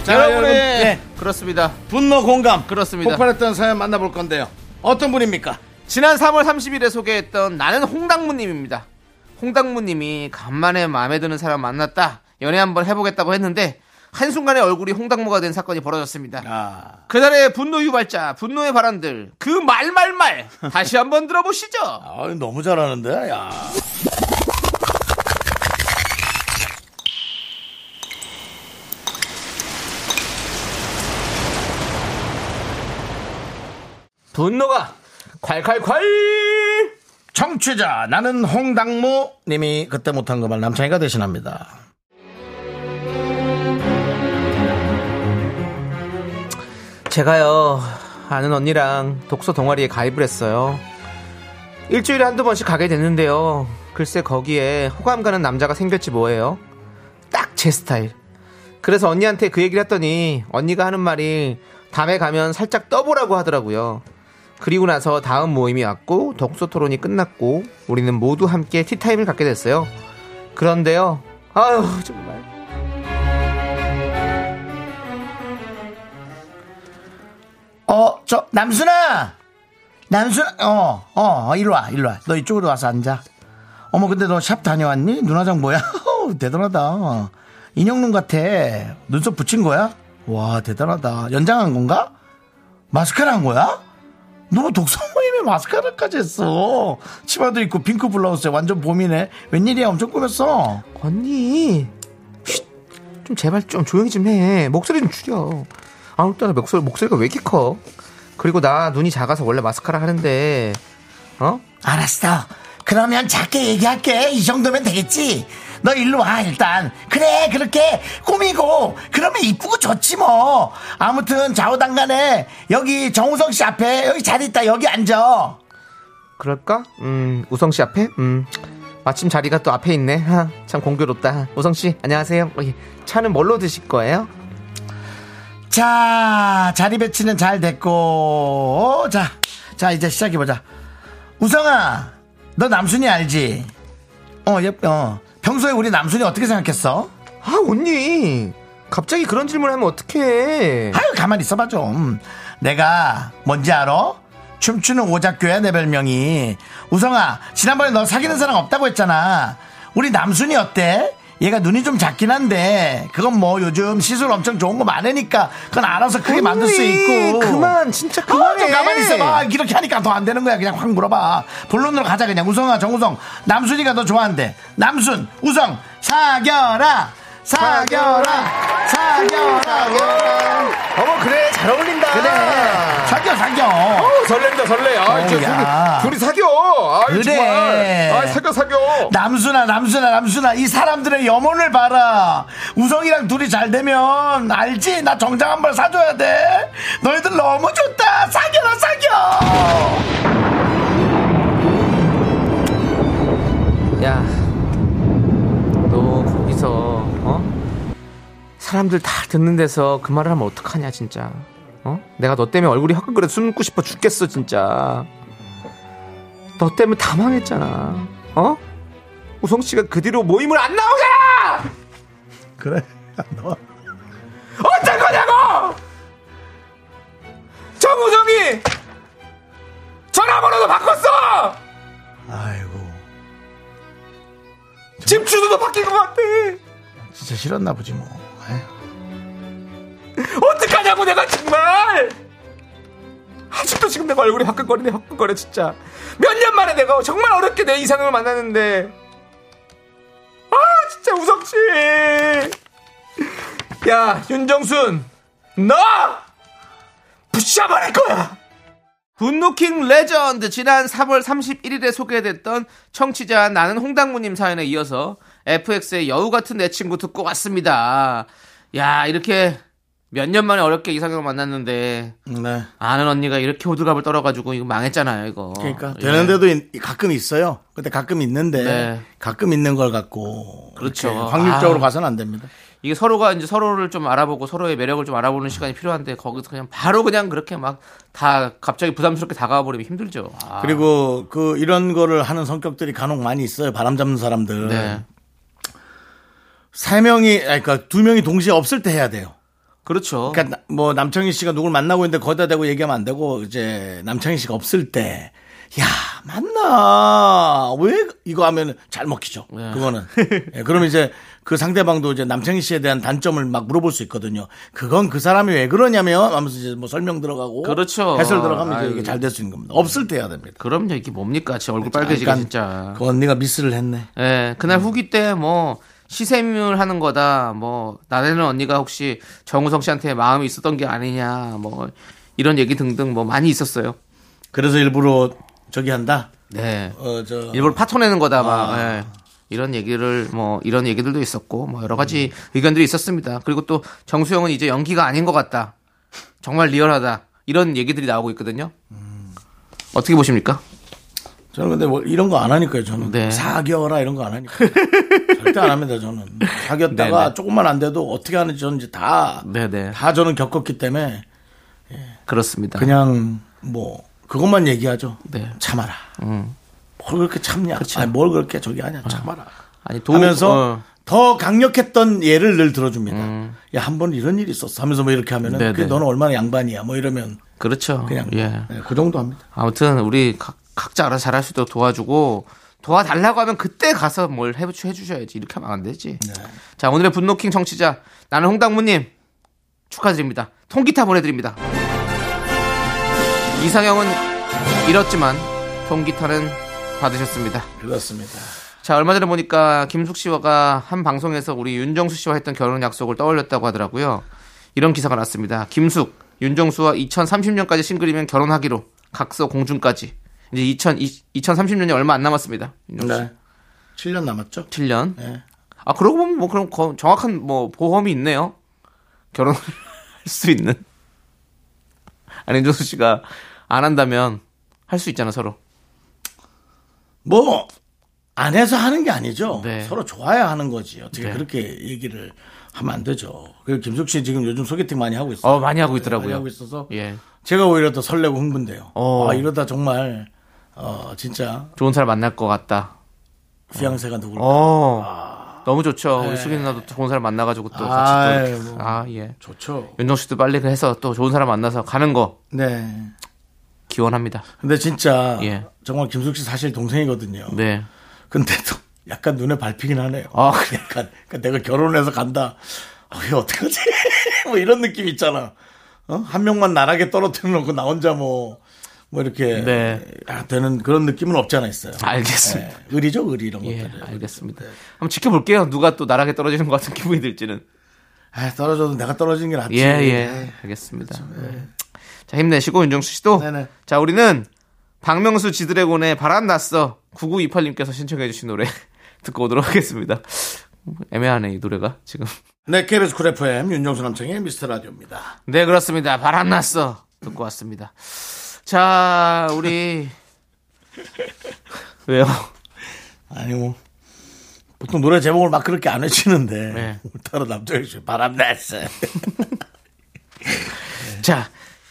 Speaker 1: 자 여러분의
Speaker 2: 그렇습니다.
Speaker 1: 분노 공감
Speaker 2: 그렇습니다.
Speaker 1: 폭발했던 사연 만나볼 건데요 어떤 분입니까?
Speaker 2: 지난 3월 30일에 소개했던 나는 홍당무님입니다. 홍당무님이 간만에 마음에 드는 사람 만났다. 연애 한번 해보겠다고 했는데 한순간에 얼굴이 홍당무가 된 사건이 벌어졌습니다.
Speaker 1: 아,
Speaker 2: 그날의 분노 유발자, 분노의 바람들, 그 말말말 다시 한번 들어보시죠.
Speaker 1: 아 너무 잘하는데 야
Speaker 2: 분노가 콸콸콸!
Speaker 1: 청취자 나는 홍당무 님이 그때 못한 그 말 남창희가 대신합니다
Speaker 2: 제가요 아는 언니랑 독서 동아리에 가입을 했어요 일주일에 한두 번씩 가게 됐는데요 글쎄 거기에 호감 가는 남자가 생겼지 뭐예요 딱 제 스타일 그래서 언니한테 그 얘기를 했더니 언니가 하는 말이 다음에 가면 살짝 떠보라고 하더라고요 그리고 나서 다음 모임이 왔고 독서 토론이 끝났고 우리는 모두 함께 티타임을 갖게 됐어요 그런데요 아유 정말
Speaker 1: 어 저 남순아 남순아 어어 어, 이리 와 이리 와너 이쪽으로 와서 앉아 어머 근데 너 샵 다녀왔니 누나장 뭐야 어, 대단하다 인형눈 같아 눈썹 붙인 거야 와 대단하다 연장한 건가 마스카라 한 거야 너 독서 모임에 마스카라까지 했어 치마도 입고 핑크 블라우스에 완전 봄이네 웬일이야 엄청 꾸몄어
Speaker 2: 언니 쉿. 좀 제발 좀 조용히 좀 해 예, 목소리 좀 줄여 아무튼 목소리 목소리가 왜 이렇게 커 그리고 나 눈이 작아서 원래 마스카라 하는데 어
Speaker 1: 알았어. 그러면 작게 얘기할게. 이 정도면 되겠지? 너 일로 와, 일단. 그래, 그렇게 꾸미고, 그러면 이쁘고 좋지, 뭐. 아무튼, 좌우당간에, 여기 정우성 씨 앞에, 여기 자리 있다, 여기 앉아.
Speaker 2: 그럴까 음 우성 씨 앞에 음 마침 자리가 또 앞에 있네 하, 참 공교롭다 우성 씨 안녕하세요 어, 예. 차는 뭘로 드실 거예요
Speaker 1: 자, 자리 배치는 잘 됐고, 어, 자, 자, 이제 시작해보자. 우성아, 너 남순이 알지? 어, 예, 어. 평소에 우리 남순이 어떻게 생각했어?
Speaker 2: 아 언니 갑자기 그런 질문을 하면 어떡해
Speaker 1: 아유 가만히 있어봐 좀 내가 뭔지 알아? 춤추는 오작교야 내 별명이 우성아 지난번에 너 사귀는 사람 없다고 했잖아 우리 남순이 어때? 얘가 눈이 좀 작긴 한데 그건 뭐 요즘 시술 엄청 좋은 거 많으니까 그건 알아서 크게 만들 수 있고
Speaker 2: 언니, 그만 진짜
Speaker 1: 아,
Speaker 2: 그만해
Speaker 1: 좀 가만히 있어봐 이렇게 하니까 더 안 되는 거야 그냥 확 물어봐 본론으로 가자 그냥 우성아 정우성 남순이가 너 좋아한대 남순 우성 사겨라 사겨라 사겨라
Speaker 2: 어머 그래 잘 어울린다
Speaker 1: 그래 사겨 사겨
Speaker 2: 어우, 설렌다 설레. 아, 이제
Speaker 1: 야.
Speaker 2: 둘이, 둘이 사겨. 아,
Speaker 1: 그래.
Speaker 2: 정말. 아, 사겨 사겨.
Speaker 1: 남순아 남순아 남순아 이 사람들의 염원을 봐라 우성이랑 둘이 잘 되면 알지 나 정장 한 벌 사줘야 돼 너희들 너무 좋다 사겨라 사겨
Speaker 2: 야, 너 거기서 어? 사람들 다 듣는 데서 그 말을 하면 어떡하냐 진짜. 어? 내가 너 때문에 얼굴이 화끈거려 숨고 싶어 죽겠어 진짜. 너 때문에 다 망했잖아. 어? 우성 씨가 그 뒤로 모임을 안 나오잖아.
Speaker 1: 그래
Speaker 2: 어쩔 거냐고! 정우성이 전화번호도 바꿨어!
Speaker 1: 아이고
Speaker 2: 집 주소도 바뀐 것 같아.
Speaker 1: 진짜 싫었나 보지 뭐 에휴.
Speaker 2: 어떡하냐고 내가 정말. 아직도 지금 내가 얼굴이 화끈거리네 화끈거려 진짜. 몇 년 만에 내가 정말 어렵게 내 이상형을 만났는데. 아 진짜 우석 씨. 야 윤정순 너 부셔버릴 거야. 분노킹 레전드 지난 3월 31일에 소개됐던 청취자 나는 홍당무님 사연에 이어서 FX의 여우 같은 내 친구 듣고 왔습니다. 야, 이렇게 몇 년 만에 어렵게 이상형을 만났는데
Speaker 1: 네.
Speaker 2: 아는 언니가 이렇게 호들갑을 떨어가지고 이거 망했잖아요, 이거.
Speaker 1: 그러니까
Speaker 2: 예.
Speaker 1: 되는데도 인- 가끔 있어요. 근데 가끔 있는데
Speaker 2: 네.
Speaker 1: 가끔 있는 걸 갖고
Speaker 2: 그렇죠.
Speaker 1: 이렇게 확률적으로
Speaker 2: 아.
Speaker 1: 가서는 안 됩니다.
Speaker 2: 이게 서로가 이제 서로를 좀 알아보고 서로의 매력을 좀 알아보는 시간이 필요한데 거기서 그냥 바로 그냥 그렇게 막 다 갑자기 부담스럽게 다가와 버리면 힘들죠. 아,
Speaker 1: 그리고 그 이런 거를 하는 성격들이 간혹 많이 있어요. 바람 잡는 사람들.
Speaker 2: 네.
Speaker 1: 세 명이 아니, 그러니까 두 명이 동시에 없을 때 해야 돼요.
Speaker 2: 그렇죠.
Speaker 1: 그러니까 나- 뭐 남창희 씨가 누굴 만나고 있는데 거기다 대고 얘기하면 안 되고 이제 남창희 씨가 없을 때 야, 맞나? 왜 이거 하면 잘 먹히죠.
Speaker 2: 네.
Speaker 1: 그거는. 예, 그럼 이제 그 상대방도 이제 남창희 씨에 대한 단점을 막 물어볼 수 있거든요. 그건 그 사람이 왜 그러냐면 하면서 이제 뭐 설명 들어가고
Speaker 2: 그렇죠.
Speaker 1: 해설 들어가면 이제
Speaker 2: 아유.
Speaker 1: 이게 잘 될 수 있는 겁니다. 없을 때 해야 됩니다.
Speaker 2: 그럼요. 이게 뭡니까? 제 얼굴 빨개지게
Speaker 1: 잠깐
Speaker 2: 진짜.
Speaker 1: 그렇죠. 그 언니가 미스를 했네.
Speaker 2: 예, 그날 후기 때 뭐 시샘을 하는 거다. 뭐 나대는 언니가 혹시 정우성 씨한테 마음이 있었던 게 아니냐. 뭐 이런 얘기 등등 뭐 많이 있었어요.
Speaker 1: 그래서 일부러 저기 한다.
Speaker 2: 네.
Speaker 1: 어, 저
Speaker 2: 일부러 파토내는 거다 막 예. 이런 얘기를 뭐 이런 얘기들도 있었고 뭐 여러 가지 의견들이 있었습니다. 그리고 또 정수영은 이제 연기가 아닌 것 같다. 정말 리얼하다. 이런 얘기들이 나오고 있거든요. 어떻게 보십니까?
Speaker 1: 저는 근데 뭐 이런 거 안 하니까요. 저는
Speaker 2: 네.
Speaker 1: 사겨라 이런 거 안 하니까 절대 안 합니다. 저는 사겼다가
Speaker 2: 네, 네.
Speaker 1: 조금만 안 돼도 어떻게 하는지 저는 이제 다 다
Speaker 2: 네네
Speaker 1: 저는 겪었기 때문에
Speaker 2: 그렇습니다.
Speaker 1: 그냥 뭐 그것만 얘기하죠.
Speaker 2: 네. 그렇죠.
Speaker 1: 참아라. 뭘 그렇게 참냐? 아니, 뭘 그렇게 저기 하냐? 참아라.
Speaker 2: 어. 아니 도-
Speaker 1: 하면서
Speaker 2: 어. 음.
Speaker 1: 더 강력했던 예를 늘 들어줍니다. 야 한 번 이런 일이 있었어. 하면서 뭐 이렇게 하면은
Speaker 2: 네,
Speaker 1: 그게
Speaker 2: 네.
Speaker 1: 너는 얼마나 양반이야? 뭐 이러면
Speaker 2: 그렇죠.
Speaker 1: 그냥
Speaker 2: 예.
Speaker 1: 네, 그 정도 합니다.
Speaker 2: 아무튼 우리 각, 각자 알아서 잘할 수 있도록 도와주고 도와달라고 하면 그때 가서 뭘 해, 해주셔야지 이렇게 하면 안 되지
Speaker 1: 네.
Speaker 2: 자 오늘의 분노킹 청취자 나는 홍당무님 축하드립니다 통기타 보내드립니다 이상형은 잃었지만 통기타는 받으셨습니다
Speaker 1: 그렇습니다.
Speaker 2: 자 얼마 전에 보니까 김숙 씨와 한 방송에서 우리 윤정수 씨와 했던 결혼 약속을 떠올렸다고 하더라고요. 이런 기사가 났습니다. 김숙, 윤정수와 2030년까지 싱글이면 결혼하기로 각서 공준까지. 이제 2000, 2030년이 얼마 안 남았습니다. 윤정수
Speaker 1: 네. 7년 남았죠?
Speaker 2: 7년.
Speaker 1: 네.
Speaker 2: 아 그러고 보면 뭐 그럼 거- 정확한 뭐 보험이 있네요. 결혼할 수 있는. 아니 윤정수 씨가 안 한다면 할 수 있잖아 서로.
Speaker 1: 뭐, 안 해서 하는 게 아니죠.
Speaker 2: 네.
Speaker 1: 서로 좋아야 하는 거지. 어떻게
Speaker 2: 네.
Speaker 1: 그렇게 얘기를 하면 안 되죠. 그리고 김숙 씨 지금 요즘 소개팅 많이 하고 있어요.
Speaker 2: 어 많이 하고
Speaker 1: 많이
Speaker 2: 있더라고요.
Speaker 1: 하고 있어서
Speaker 2: 예.
Speaker 1: 제가 오히려 더 설레고 흥분돼요.
Speaker 2: 어.
Speaker 1: 아, 이러다 정말, 어, 진짜,
Speaker 2: 좋은 사람 만날 것 같다.
Speaker 1: 휘양세가 누굴까.
Speaker 2: 어. 너무 좋죠. 우리 수빈 누나도 좋은 사람 만나가지고 또 같이 또.
Speaker 1: 네. 아이,
Speaker 2: 이렇게-
Speaker 1: 뭐.
Speaker 2: 아, 예.
Speaker 1: 좋죠.
Speaker 2: 윤정 씨도 빨리 그 해서 또 좋은 사람 만나서 가는 거
Speaker 1: 네.
Speaker 2: 기원합니다.
Speaker 1: 근데 진짜,
Speaker 2: 예.
Speaker 1: 정말 김숙 씨 사실 동생이거든요.
Speaker 2: 네.
Speaker 1: 근데도 약간 눈에 밟히긴 하네요.
Speaker 2: 아, 그래.
Speaker 1: 약간, 그러니까 내가 결혼해서 간다. 어, 이거 어떡하지? 뭐 이런 느낌 있잖아. 어? 한 명만 나락에 떨어뜨려 놓고 나 혼자 뭐, 뭐 이렇게
Speaker 2: 네.
Speaker 1: 아, 되는 그런 느낌은 없지 않아 있어요.
Speaker 2: 알겠습니다.
Speaker 1: 예, 의리죠, 의리 이런
Speaker 2: 예,
Speaker 1: 것들.
Speaker 2: 알겠습니다. 한번 지켜볼게요. 누가 또 나락에 떨어지는 것 같은 기분이 들지는.
Speaker 1: 아, 떨어져도 내가 떨어지는 게 낫지.
Speaker 2: 예, 예. 알겠습니다. 자, 힘내시고, 윤정수 씨도.
Speaker 1: 네. 네네.
Speaker 2: 자, 우리는 박명수 지드래곤의 바람 났어. 9928님께서 신청해주신 노래 듣고 오도록 하겠습니다. 음, 애매하네, 이 노래가 지금.
Speaker 1: 네, KBS 쿨 FM 윤정수 남창의 미스터 라디오입니다.
Speaker 2: 네 그렇습니다 바람 났어 듣고 왔습니다 자 우리 왜요
Speaker 1: 아니 뭐 보통 노래 제목을 막 그렇게 안 외치는데
Speaker 2: 네.
Speaker 1: 오늘따라 남자애 씨 바람 났어.
Speaker 2: 자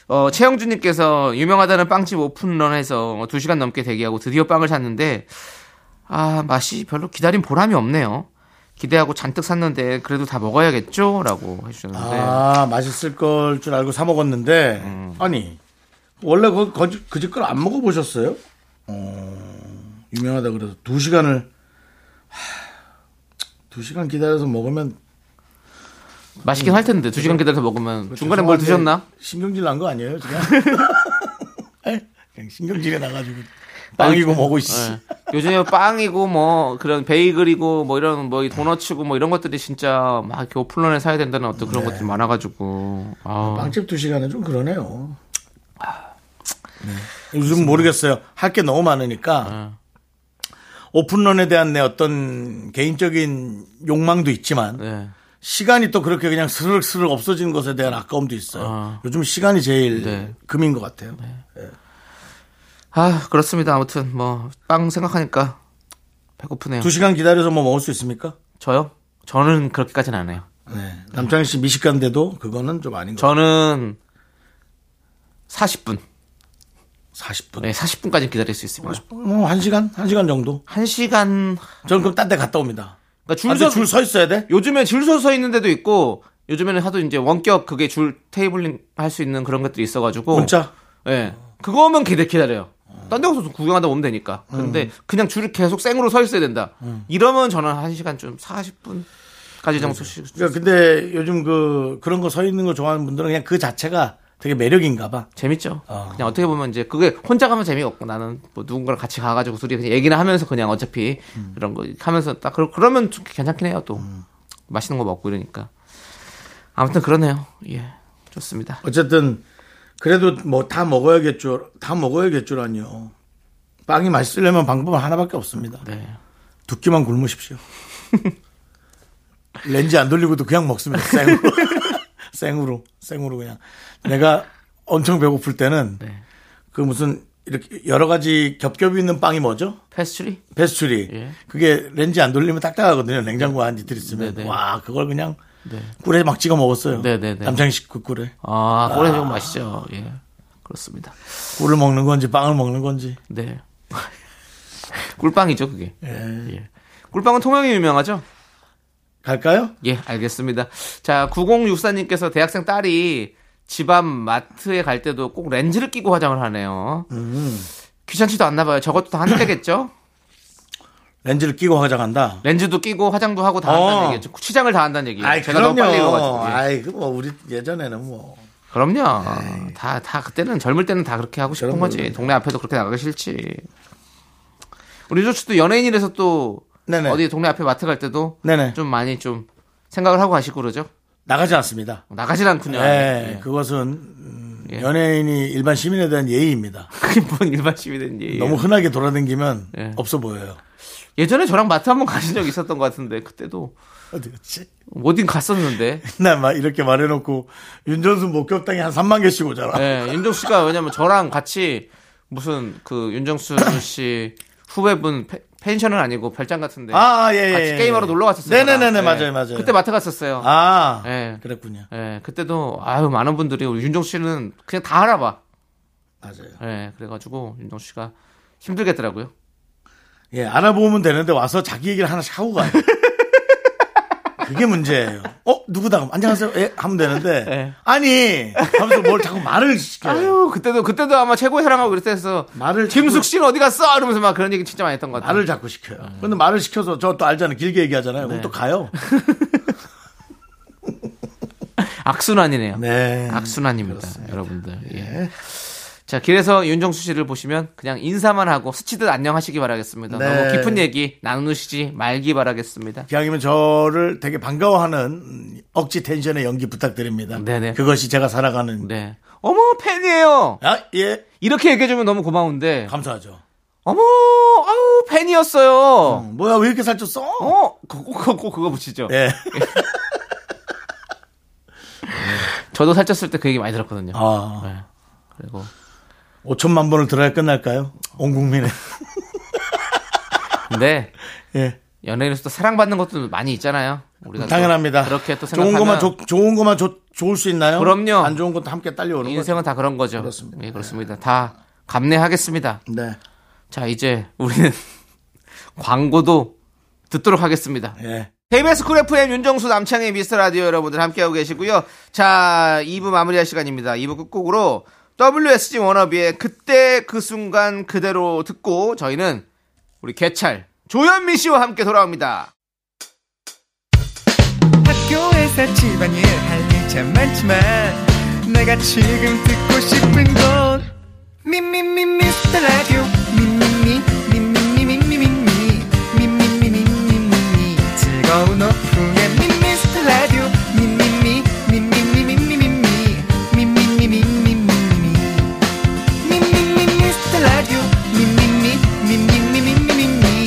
Speaker 2: 어, 최영준님께서 유명하다는 빵집 오픈런에서 뭐 2시간 넘게 대기하고 드디어 빵을 샀는데 아 맛이 별로 기다린 보람이 없네요 기대하고 잔뜩 샀는데 그래도 다 먹어야겠죠 라고 해주셨는데
Speaker 1: 아 맛있을 걸 줄 알고 사 먹었는데
Speaker 2: 음.
Speaker 1: 아니 원래 그그집걸 안 먹어보셨어요? 어, 유명하다 그래서 두 시간을 하, 두 시간 기다려서 먹으면
Speaker 2: 맛있긴 할 텐데 2시간 기다려서 먹으면 중간에 뭘
Speaker 1: 음. 그 죄송한데
Speaker 2: 드셨나?
Speaker 1: 신경질 난 거 아니에요 그냥? 그냥 신경질이 나가지고 빵이고 뭐고 씨.
Speaker 2: 예. 요즘에 빵이고 뭐 그런 베이글이고 뭐 이런 뭐이 도너츠고 뭐 이런 것들이 진짜 막 이렇게 오픈런에 사야 된다는 어떤 그런 것들이 많아가지고 아,
Speaker 1: 네. 빵집 두 시간은 좀 그러네요. 네. 요즘 모르겠어요. 할 게 너무 많으니까 오픈런에 대한 내 어떤 개인적인 욕망도 있지만
Speaker 2: 네.
Speaker 1: 시간이 또 그렇게 그냥 스르륵스르륵 없어지는 것에 대한 아까움도 있어요.
Speaker 2: 아.
Speaker 1: 요즘 시간이 제일
Speaker 2: 네.
Speaker 1: 금인 것 같아요.
Speaker 2: 아 그렇습니다. 아무튼 뭐 빵 생각하니까 배고프네요.
Speaker 1: 두 시간 기다려서 뭐 먹을 수 있습니까?
Speaker 2: 저요? 저는 그렇게까지는 안 해요.
Speaker 1: 네. 남창희 씨 미식가인데도 그거는 좀 아닌 것 같아요.
Speaker 2: 저는 40분.
Speaker 1: 40분.
Speaker 2: 네, 40분까지 기다릴 수 있습니다.
Speaker 1: 뭐, 한 시간? 한 시간 정도?
Speaker 2: 한 시간.
Speaker 1: 저는 그럼 딴 데 갔다 옵니다.
Speaker 2: 그러니까
Speaker 1: 줄
Speaker 2: 줄서
Speaker 1: 서 줄서 있어야 돼?
Speaker 2: 요즘에 줄 서서 있는 데도 있고 요즘에는 하도 이제 원격 그게 줄 테이블링 할 수 있는 그런 것들이 있어가지고
Speaker 1: 문자?
Speaker 2: 예 그거면 기다 기다려요. 딴 데 가서 구경하다 오면 되니까. 근데
Speaker 1: 음.
Speaker 2: 그냥 줄을 계속 생으로 서 있어야 된다. 이러면 저는 한 시간 좀 40분까지 정도 쉬
Speaker 1: 그러니까 근데 요즘 그 그런 거 서 있는 거 좋아하는 분들은 그냥 그 자체가 되게 매력인가 봐.
Speaker 2: 재밌죠.
Speaker 1: 아.
Speaker 2: 그냥 어떻게 보면 이제 그게 혼자 가면 재미없고 나는 뭐 누군가랑 같이 가가지고 둘이 그냥 얘기나 하면서 그냥 어차피
Speaker 1: 음.
Speaker 2: 그런 거 하면서 딱 그러, 그러면 좀 괜찮긴 해요 또 맛있는 거 먹고 이러니까 아무튼 그러네요. 예 좋습니다.
Speaker 1: 어쨌든 그래도 뭐 다 먹어야겠죠. 다 먹어야겠죠라니요. 빵이 맛있으려면 방법은 하나밖에 없습니다.
Speaker 2: 네.
Speaker 1: 두 끼만 굶으십시오. 렌즈 안 돌리고도 그냥 먹습니다. 생으로. 생으로. 생으로 그냥. 내가 엄청 배고플 때는
Speaker 2: 네.
Speaker 1: 그 무슨 이렇게 여러 가지 겹겹이 있는 빵이 뭐죠?
Speaker 2: 패스트리
Speaker 1: 베스츄리.
Speaker 2: 예.
Speaker 1: 그게 렌즈 안 돌리면 딱딱하거든요. 냉장고 한 이틀 있으면.
Speaker 2: 네, 네.
Speaker 1: 와, 그걸 그냥 꿀에 막 찍어 먹었어요.
Speaker 2: 네, 네, 네.
Speaker 1: 남창식 그 꿀에.
Speaker 2: 아 꼬레 좀 맛있죠. 예 그렇습니다.
Speaker 1: 꿀을 먹는 건지 빵을 먹는 건지.
Speaker 2: 네 꿀빵이죠 그게. 예. 꿀빵은 통영이 유명하죠.
Speaker 1: 네. 갈까요?
Speaker 2: 예, 알겠습니다. 자, 9064님께서 대학생 딸이 집 앞 마트에 갈 때도 꼭 렌즈를 끼고 화장을 하네요.
Speaker 1: 음.
Speaker 2: 귀찮지도 않나 봐요. 저것도 다 한대겠죠?
Speaker 1: 렌즈를 끼고 화장한다.
Speaker 2: 렌즈도 끼고 화장도 하고 다
Speaker 1: 어.
Speaker 2: 한다는 얘기죠. 치장을 다 한다는 네. 얘기예요.
Speaker 1: 아이,
Speaker 2: 제가
Speaker 1: 그럼요.
Speaker 2: 너무 빨리 읽어가지고. 예.
Speaker 1: 아이, 그뭐 우리 예전에는 뭐
Speaker 2: 그럼요. 다 다 그때는 젊을 때는 다 그렇게 하고 싶은
Speaker 1: 그런
Speaker 2: 거지. 동네 앞에도 그렇게 나가기 싫지. 우리 조씨도 연예인이라서 또
Speaker 1: 네네.
Speaker 2: 어디 동네 앞에 마트 갈 때도
Speaker 1: 네네.
Speaker 2: 좀 많이 좀 생각을 하고 가시고 그러죠.
Speaker 1: 나가지 않습니다.
Speaker 2: 나가질 않군요.
Speaker 1: 예,
Speaker 2: 예.
Speaker 1: 그것은 음,
Speaker 2: 예.
Speaker 1: 연예인이 일반 시민에 대한 예의입니다.
Speaker 2: 그게 뭔 일반 시민인 얘기
Speaker 1: 너무 흔하게 돌아다니면
Speaker 2: 예.
Speaker 1: 없어 보여요.
Speaker 2: 예전에 저랑 마트 한번 가신 적 있었던 것 같은데 그때도
Speaker 1: 어디였지?
Speaker 2: 어딘 갔었는데
Speaker 1: 맨날 막 이렇게 말해놓고 윤전수 목격당에 한 3만 개씩 오잖아.
Speaker 2: 예, 윤정수 씨가 왜냐면 저랑 같이 무슨 그 윤정수 씨 후배분 페- 펜션은 아니고 별장 같은데
Speaker 1: 아, 예, 예.
Speaker 2: 네. 같이
Speaker 1: 예.
Speaker 2: 게임하러 놀러 갔었어요.
Speaker 1: 네네네네,
Speaker 2: 저랑. 예.
Speaker 1: 맞아요, 맞아요.
Speaker 2: 그때 마트 갔었어요.
Speaker 1: 아,
Speaker 2: 예.
Speaker 1: 그랬군요.
Speaker 2: 예, 그때도 아유 많은 분들이 우리 윤정수 씨는 그냥 다 알아봐.
Speaker 1: 맞아요.
Speaker 2: 예, 그래가지고 윤정수 씨가 힘들겠더라고요.
Speaker 1: 예, 알아보면 되는데 와서 자기 얘기를 하나씩 하고 가요. 그게 문제예요. 어, 누구다? 안녕하세요. 예, 하면 되는데.
Speaker 2: 예.
Speaker 1: 아니, 하면서 뭘 자꾸 말을 시켜요.
Speaker 2: 아유 그때도 그때도 아마 최고의 사랑하고 그랬어서
Speaker 1: 말을
Speaker 2: 김숙
Speaker 1: 자꾸-
Speaker 2: 씨는 어디 갔어? 이러면서 막 그런 얘기 진짜 많이 했던 것 같아요.
Speaker 1: 말을 자꾸 시켜요. 근데 말을 시켜서 저 또 알잖아요. 길게 얘기하잖아요.
Speaker 2: 네.
Speaker 1: 그럼 또 가요.
Speaker 2: 악순환이네요.
Speaker 1: 네.
Speaker 2: 악순환입니다, 여러분들. 예. 자, 길에서 윤정수 씨를 보시면 그냥 인사만 하고 스치듯 안녕하시기 바라겠습니다.
Speaker 1: 네.
Speaker 2: 너무 깊은 얘기 나누시지 말기 바라겠습니다.
Speaker 1: 기왕이면 그 저를 되게 반가워하는 억지 텐션의 연기 부탁드립니다.
Speaker 2: 네네.
Speaker 1: 그것이 제가 살아가는.
Speaker 2: 네. 어머, 팬이에요!
Speaker 1: 아, 예.
Speaker 2: 이렇게 얘기해주면 너무 고마운데.
Speaker 1: 감사하죠.
Speaker 2: 어머, 아우, 팬이었어요!
Speaker 1: 뭐야, 왜 이렇게 살쪘어?
Speaker 2: 어? 그거, 그거, 그거, 그거 붙이죠.
Speaker 1: 예.
Speaker 2: 저도 살쪘을 때 그 얘기 많이 들었거든요.
Speaker 1: 아.
Speaker 2: 네. 그리고
Speaker 1: 5천만 번을 들어야 끝날까요? 온 국민의.
Speaker 2: 근데
Speaker 1: 예.
Speaker 2: 연예인에서 또 사랑받는 것도 많이 있잖아요. 우리가 또
Speaker 1: 당연합니다.
Speaker 2: 그렇게 또
Speaker 1: 좋은
Speaker 2: 생각하면
Speaker 1: 것만 조, 좋은 것만 조, 좋을 수 있나요?
Speaker 2: 그럼요.
Speaker 1: 안 좋은 것도 함께 딸려오는 거죠.
Speaker 2: 인생은 다 그런 거죠.
Speaker 1: 그렇습니다.
Speaker 2: 예, 그렇습니다. 다 감내하겠습니다.
Speaker 1: 네.
Speaker 2: 자, 이제 우리는 광고도 듣도록 하겠습니다.
Speaker 1: 예.
Speaker 2: KBS 쿨 FM 윤정수 남창의 미스터 라디오 여러분들 함께하고 계시고요. 자, 2부 마무리할 시간입니다. 2부 끝곡으로 WSG 워너비의 그때 그 순간 그대로 듣고 저희는 우리 개찰 조현미 씨와 함께 돌아옵니다.
Speaker 6: 학교에서 집안일 할 일 참 많지만 내가 지금 듣고 싶은 건 미미미 미스터 라디오 미미미 미미미미미미 미미미미미미 즐거운 오후에 미스터 라디오 미미미 미미미미미미 미미미미미미미 미미미 미스터 라디오 미미미 미미미미미미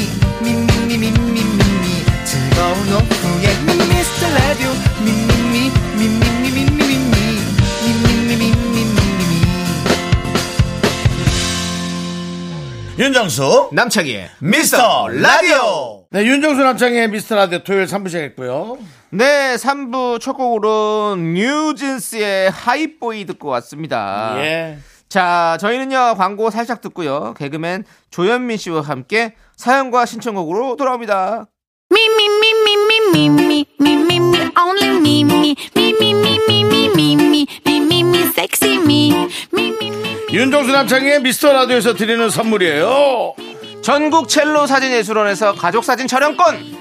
Speaker 7: 윤정수
Speaker 2: 남창희의
Speaker 7: 미스터 라디오
Speaker 1: 네, 윤정수 남창의 미스터 라디오 토요일 3부 시작했고요.
Speaker 2: 네 3부 첫 곡으로 뉴진스의 하이보이 듣고 왔습니다
Speaker 1: 예.
Speaker 2: 자 저희는요 광고 살짝 듣고요 개그맨 조현민 씨와 함께 사연과 신청곡으로 돌아옵니다
Speaker 5: Me, me, me, me, me, me, me, me, me, me, only me, me, me, me, me, me, me, me, me, me, me, me, sexy me, me, me, me.
Speaker 1: 윤정수 남창의 미스터 라디오에서 드리는 선물이에요.
Speaker 2: 전국 첼로 사진예술원에서 가족사진 촬영권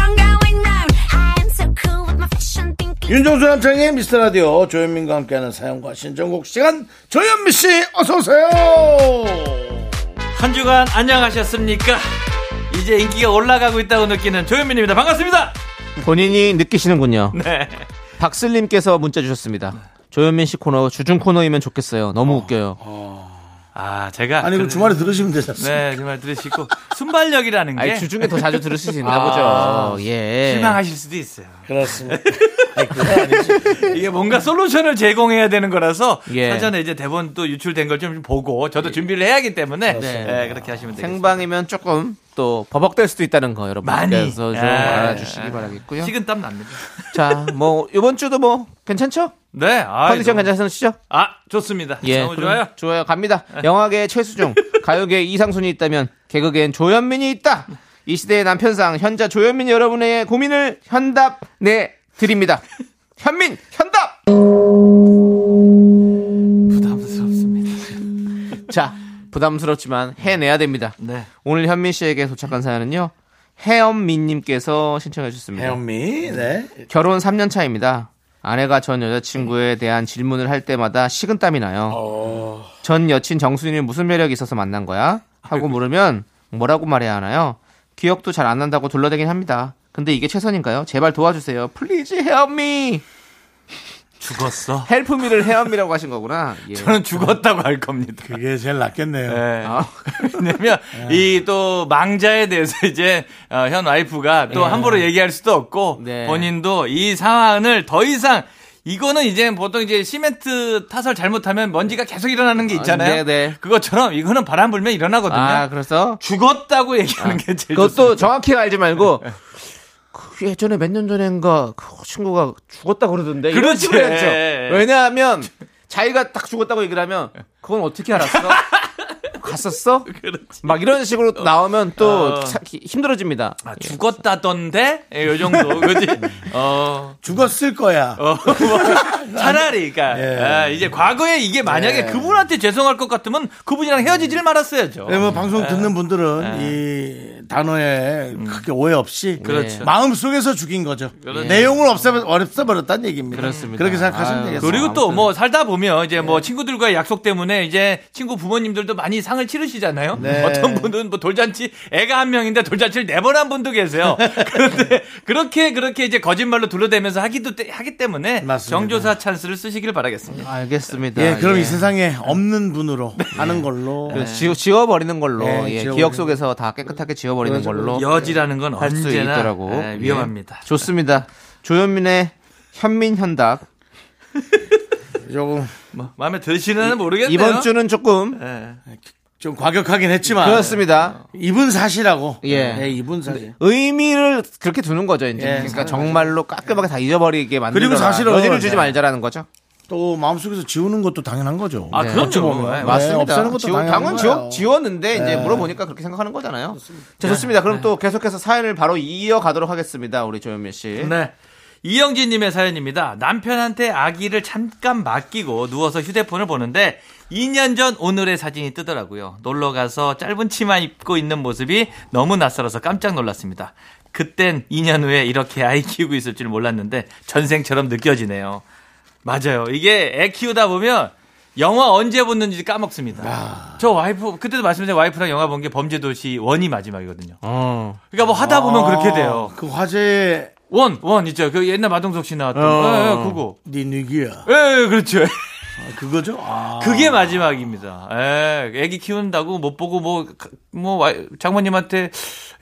Speaker 5: going round. I am so cool with my fashion thinking.
Speaker 1: 윤정수 남창의 미스터 라디오 조현민과 함께하는 사연과 신청곡 시간 조현미 씨 어서 오세요.
Speaker 8: 한 주간 안녕하셨습니까? 이제 인기가 올라가고 있다고 느끼는 조현민입니다. 반갑습니다.
Speaker 2: 본인이 느끼시는군요
Speaker 8: 네.
Speaker 2: 박슬님께서 문자 주셨습니다 조현민 씨 코너 주중 코너이면 좋겠어요 너무 웃겨요
Speaker 8: 아, 제가
Speaker 1: 아니 그
Speaker 8: 그-
Speaker 1: 주말에 들으시면 되지 않습니까?
Speaker 8: 네, 정말 들으시고 순발력이라는 게
Speaker 2: 아니 주중에 더 자주 들으실 수 있나 보죠 예
Speaker 8: 네. 아, 실망하실 수도 있어요.
Speaker 1: 그렇습니다.
Speaker 8: 이게 뭔가 솔루션을 제공해야 되는 거라서
Speaker 2: 예.
Speaker 8: 사전에 이제 대본 또 유출된 걸 좀 보고 저도 준비를 해야 하기 때문에 네. 그렇게 하시면 되겠습니다.
Speaker 2: 생방이면 조금 또 버벅될 수도 있다는 거 여러분
Speaker 8: 많이.
Speaker 2: 그래서 좀
Speaker 8: 예.
Speaker 2: 알아주시기 바라겠고요
Speaker 8: 식은땀 납니다.
Speaker 2: 자 뭐 이번 주도 뭐 괜찮죠
Speaker 8: 네. 아이,
Speaker 2: 컨디션
Speaker 8: 너무-
Speaker 2: 괜찮으시죠 예,
Speaker 8: 아, 좋습니다. 너무
Speaker 2: 그럼
Speaker 8: 좋아요. 네.
Speaker 2: 좋아요. 갑니다. 영화계의 최수종, 가요계의 이상순이 있다면 개그계엔 조현민이 있다. 이 시대의 남편상 현자 조현민 여러분의 고민을 현답 내 드립니다. 현민 현답.
Speaker 8: 부담스럽습니다.
Speaker 2: 자, 부담스럽지만 해내야 됩니다.
Speaker 8: 네.
Speaker 2: 오늘 현민 씨에게 도착한 사연은요. 해엄민님께서 신청해 주셨습니다.
Speaker 1: 혜연미 네.
Speaker 2: 결혼 3년 차입니다. 아내가 전 여자친구에 대한 질문을 할 때마다 식은땀이 나요.
Speaker 8: 어.
Speaker 2: 전 여친 정수인이 무슨 매력이 있어서 만난 거야? 하고 물으면 뭐라고 말해야 하나요? 기억도 잘 안 난다고 둘러대긴 합니다. 근데 이게 최선인가요? 제발 도와주세요. 플리즈 헤엄미.
Speaker 8: 죽었어.
Speaker 2: 헬프미를 헤엄미라고 하신 거구나. 예.
Speaker 8: 저는 죽었다고 할 겁니다.
Speaker 1: 그게 제일 낫겠네요.
Speaker 8: 네.
Speaker 2: 아.
Speaker 8: 왜냐면 이 또 망자에 대해서 이제 어, 현 와이프가 또 함부로 얘기할 수도 없고
Speaker 2: 네.
Speaker 8: 본인도 이 상황을 더 이상 이거는 이제 보통 이제 시멘트 타설 잘못하면 먼지가 계속 일어나는 게 있잖아요.
Speaker 2: 아, 네, 네.
Speaker 8: 그것처럼 이거는 바람 불면 일어나거든요.
Speaker 2: 아, 그래서 아,
Speaker 8: 죽었다고 얘기하는 게 제일
Speaker 2: 그것도
Speaker 8: 좋습니다. 네.
Speaker 2: 정확히 알지 말고 그 예전에 몇 년 전인가 그 친구가 죽었다 그러던데 이런
Speaker 8: 그렇지. 예,
Speaker 2: 식으로 해야죠. 왜냐하면 자기가 딱 죽었다고 얘기를 하면 그건 어떻게 알았어? 갔었어? 막 이런 식으로 나오면 또
Speaker 8: 어.
Speaker 2: 사- 힘들어집니다.
Speaker 8: 아, 죽었다던데 예, 요 정도 그지 어,
Speaker 1: 죽었을 거야. 예.
Speaker 8: 어, 뭐, 차라리 그러니까 아, 이제 과거에 이게 만약에
Speaker 1: 네.
Speaker 8: 그분한테 죄송할 것 같으면 그분이랑 헤어지질 말았어야죠.
Speaker 1: 네, 뭐 방송 듣는 분들은 이 단어에 크게 오해 없이
Speaker 8: 그렇죠.
Speaker 1: 마음 속에서 죽인 거죠.
Speaker 8: 그렇죠.
Speaker 1: 내용을 없애버- 없애버렸다는 얘기입니다.
Speaker 2: 그렇습니다.
Speaker 1: 게 생각하시면
Speaker 2: 아유,
Speaker 1: 되겠습니다.
Speaker 8: 그리고 또
Speaker 2: 어, 아무튼. 네.
Speaker 8: 뭐 살다 보면 이제 뭐 친구들과의 약속 때문에 이제 친구 부모님들도 많이 상을 치르시잖아요.
Speaker 1: 네.
Speaker 8: 어떤 분은 뭐 돌잔치 애가 한 명인데 돌잔치를 네 번 한 분도 계세요. 그런데 그렇게 그렇게 이제 거짓말로 둘러대면서 하기도 때- 하기 때문에
Speaker 1: 맞습니다.
Speaker 8: 정조사 찬스를 쓰시길 바라겠습니다.
Speaker 2: 알겠습니다.
Speaker 1: 예, 그럼
Speaker 2: 예.
Speaker 1: 이 세상에 없는 분으로 하는 걸로.
Speaker 2: 그 지워, 지워버리는 걸로
Speaker 1: 예,
Speaker 2: 예,
Speaker 1: 네. 지워버리는
Speaker 2: 기억 속에서 다 깨끗하게 지워버리는 걸로
Speaker 8: 여지라는 건
Speaker 2: 할 수
Speaker 8: 언제나
Speaker 2: 있더라고
Speaker 8: 네,
Speaker 2: 예.
Speaker 8: 위험합니다.
Speaker 2: 좋습니다. 조현민의 현민 현답
Speaker 1: 조금
Speaker 8: 뭐 마음에 드시는 모르겠네요.
Speaker 2: 이번 주는 조금
Speaker 8: 예.
Speaker 1: 좀 과격하긴 했지만
Speaker 2: 그렇습니다.
Speaker 1: 입은 사시라고.
Speaker 2: 예.
Speaker 1: 예, 입은 사시.
Speaker 2: 의미를 그렇게 두는 거죠 이제
Speaker 1: 예,
Speaker 2: 그러니까 정말로 깔끔하게 다 잊어버리게 만들어
Speaker 1: 그리고 사실은
Speaker 2: 여지를 주지
Speaker 1: 네.
Speaker 2: 말자라는 거죠
Speaker 1: 또 마음속에서 지우는 것도 당연한 거죠.
Speaker 8: 아
Speaker 2: 네.
Speaker 8: 그럼요. 예.
Speaker 1: 네, 없애는 것도
Speaker 2: 지워,
Speaker 1: 당연한 거예요.
Speaker 2: 당은
Speaker 1: 네.
Speaker 2: 지워, 지웠는데 이제 물어보니까 그렇게 생각하는 거잖아요 자 좋습니다 그럼 또 계속해서 사연을 바로 이어가도록 하겠습니다 우리 조현민 씨
Speaker 8: 네. 이영진님의 사연입니다. 남편한테 아기를 잠깐 맡기고 누워서 휴대폰을 보는데 2년 전 오늘의 사진이 뜨더라고요. 놀러 가서 짧은 치마 입고 있는 모습이 너무 낯설어서 깜짝 놀랐습니다. 그땐 2년 후에 이렇게 아이 키우고 있을 줄 몰랐는데 전생처럼 느껴지네요. 맞아요. 이게 애 키우다 보면
Speaker 9: 영화 언제 봤는지 까먹습니다. 저 와이프 그때도 말씀드린 와이프랑 영화 본 게 범죄도시 원이 마지막이거든요.
Speaker 2: 어.
Speaker 9: 그러니까 뭐 하다 보면 그렇게 돼요.
Speaker 1: 그 화제의
Speaker 9: 원, 원 있죠. 그 옛날 마동석 씨 나왔던
Speaker 1: 어.
Speaker 9: 예, 예, 그거.
Speaker 1: 니누기야.
Speaker 9: 예, 예, 그렇죠.
Speaker 1: 그거죠? 아.
Speaker 9: 그게 마지막입니다. 예, 애기 키운다고 못 보고 뭐, 가- 뭐, 와- 장모님한테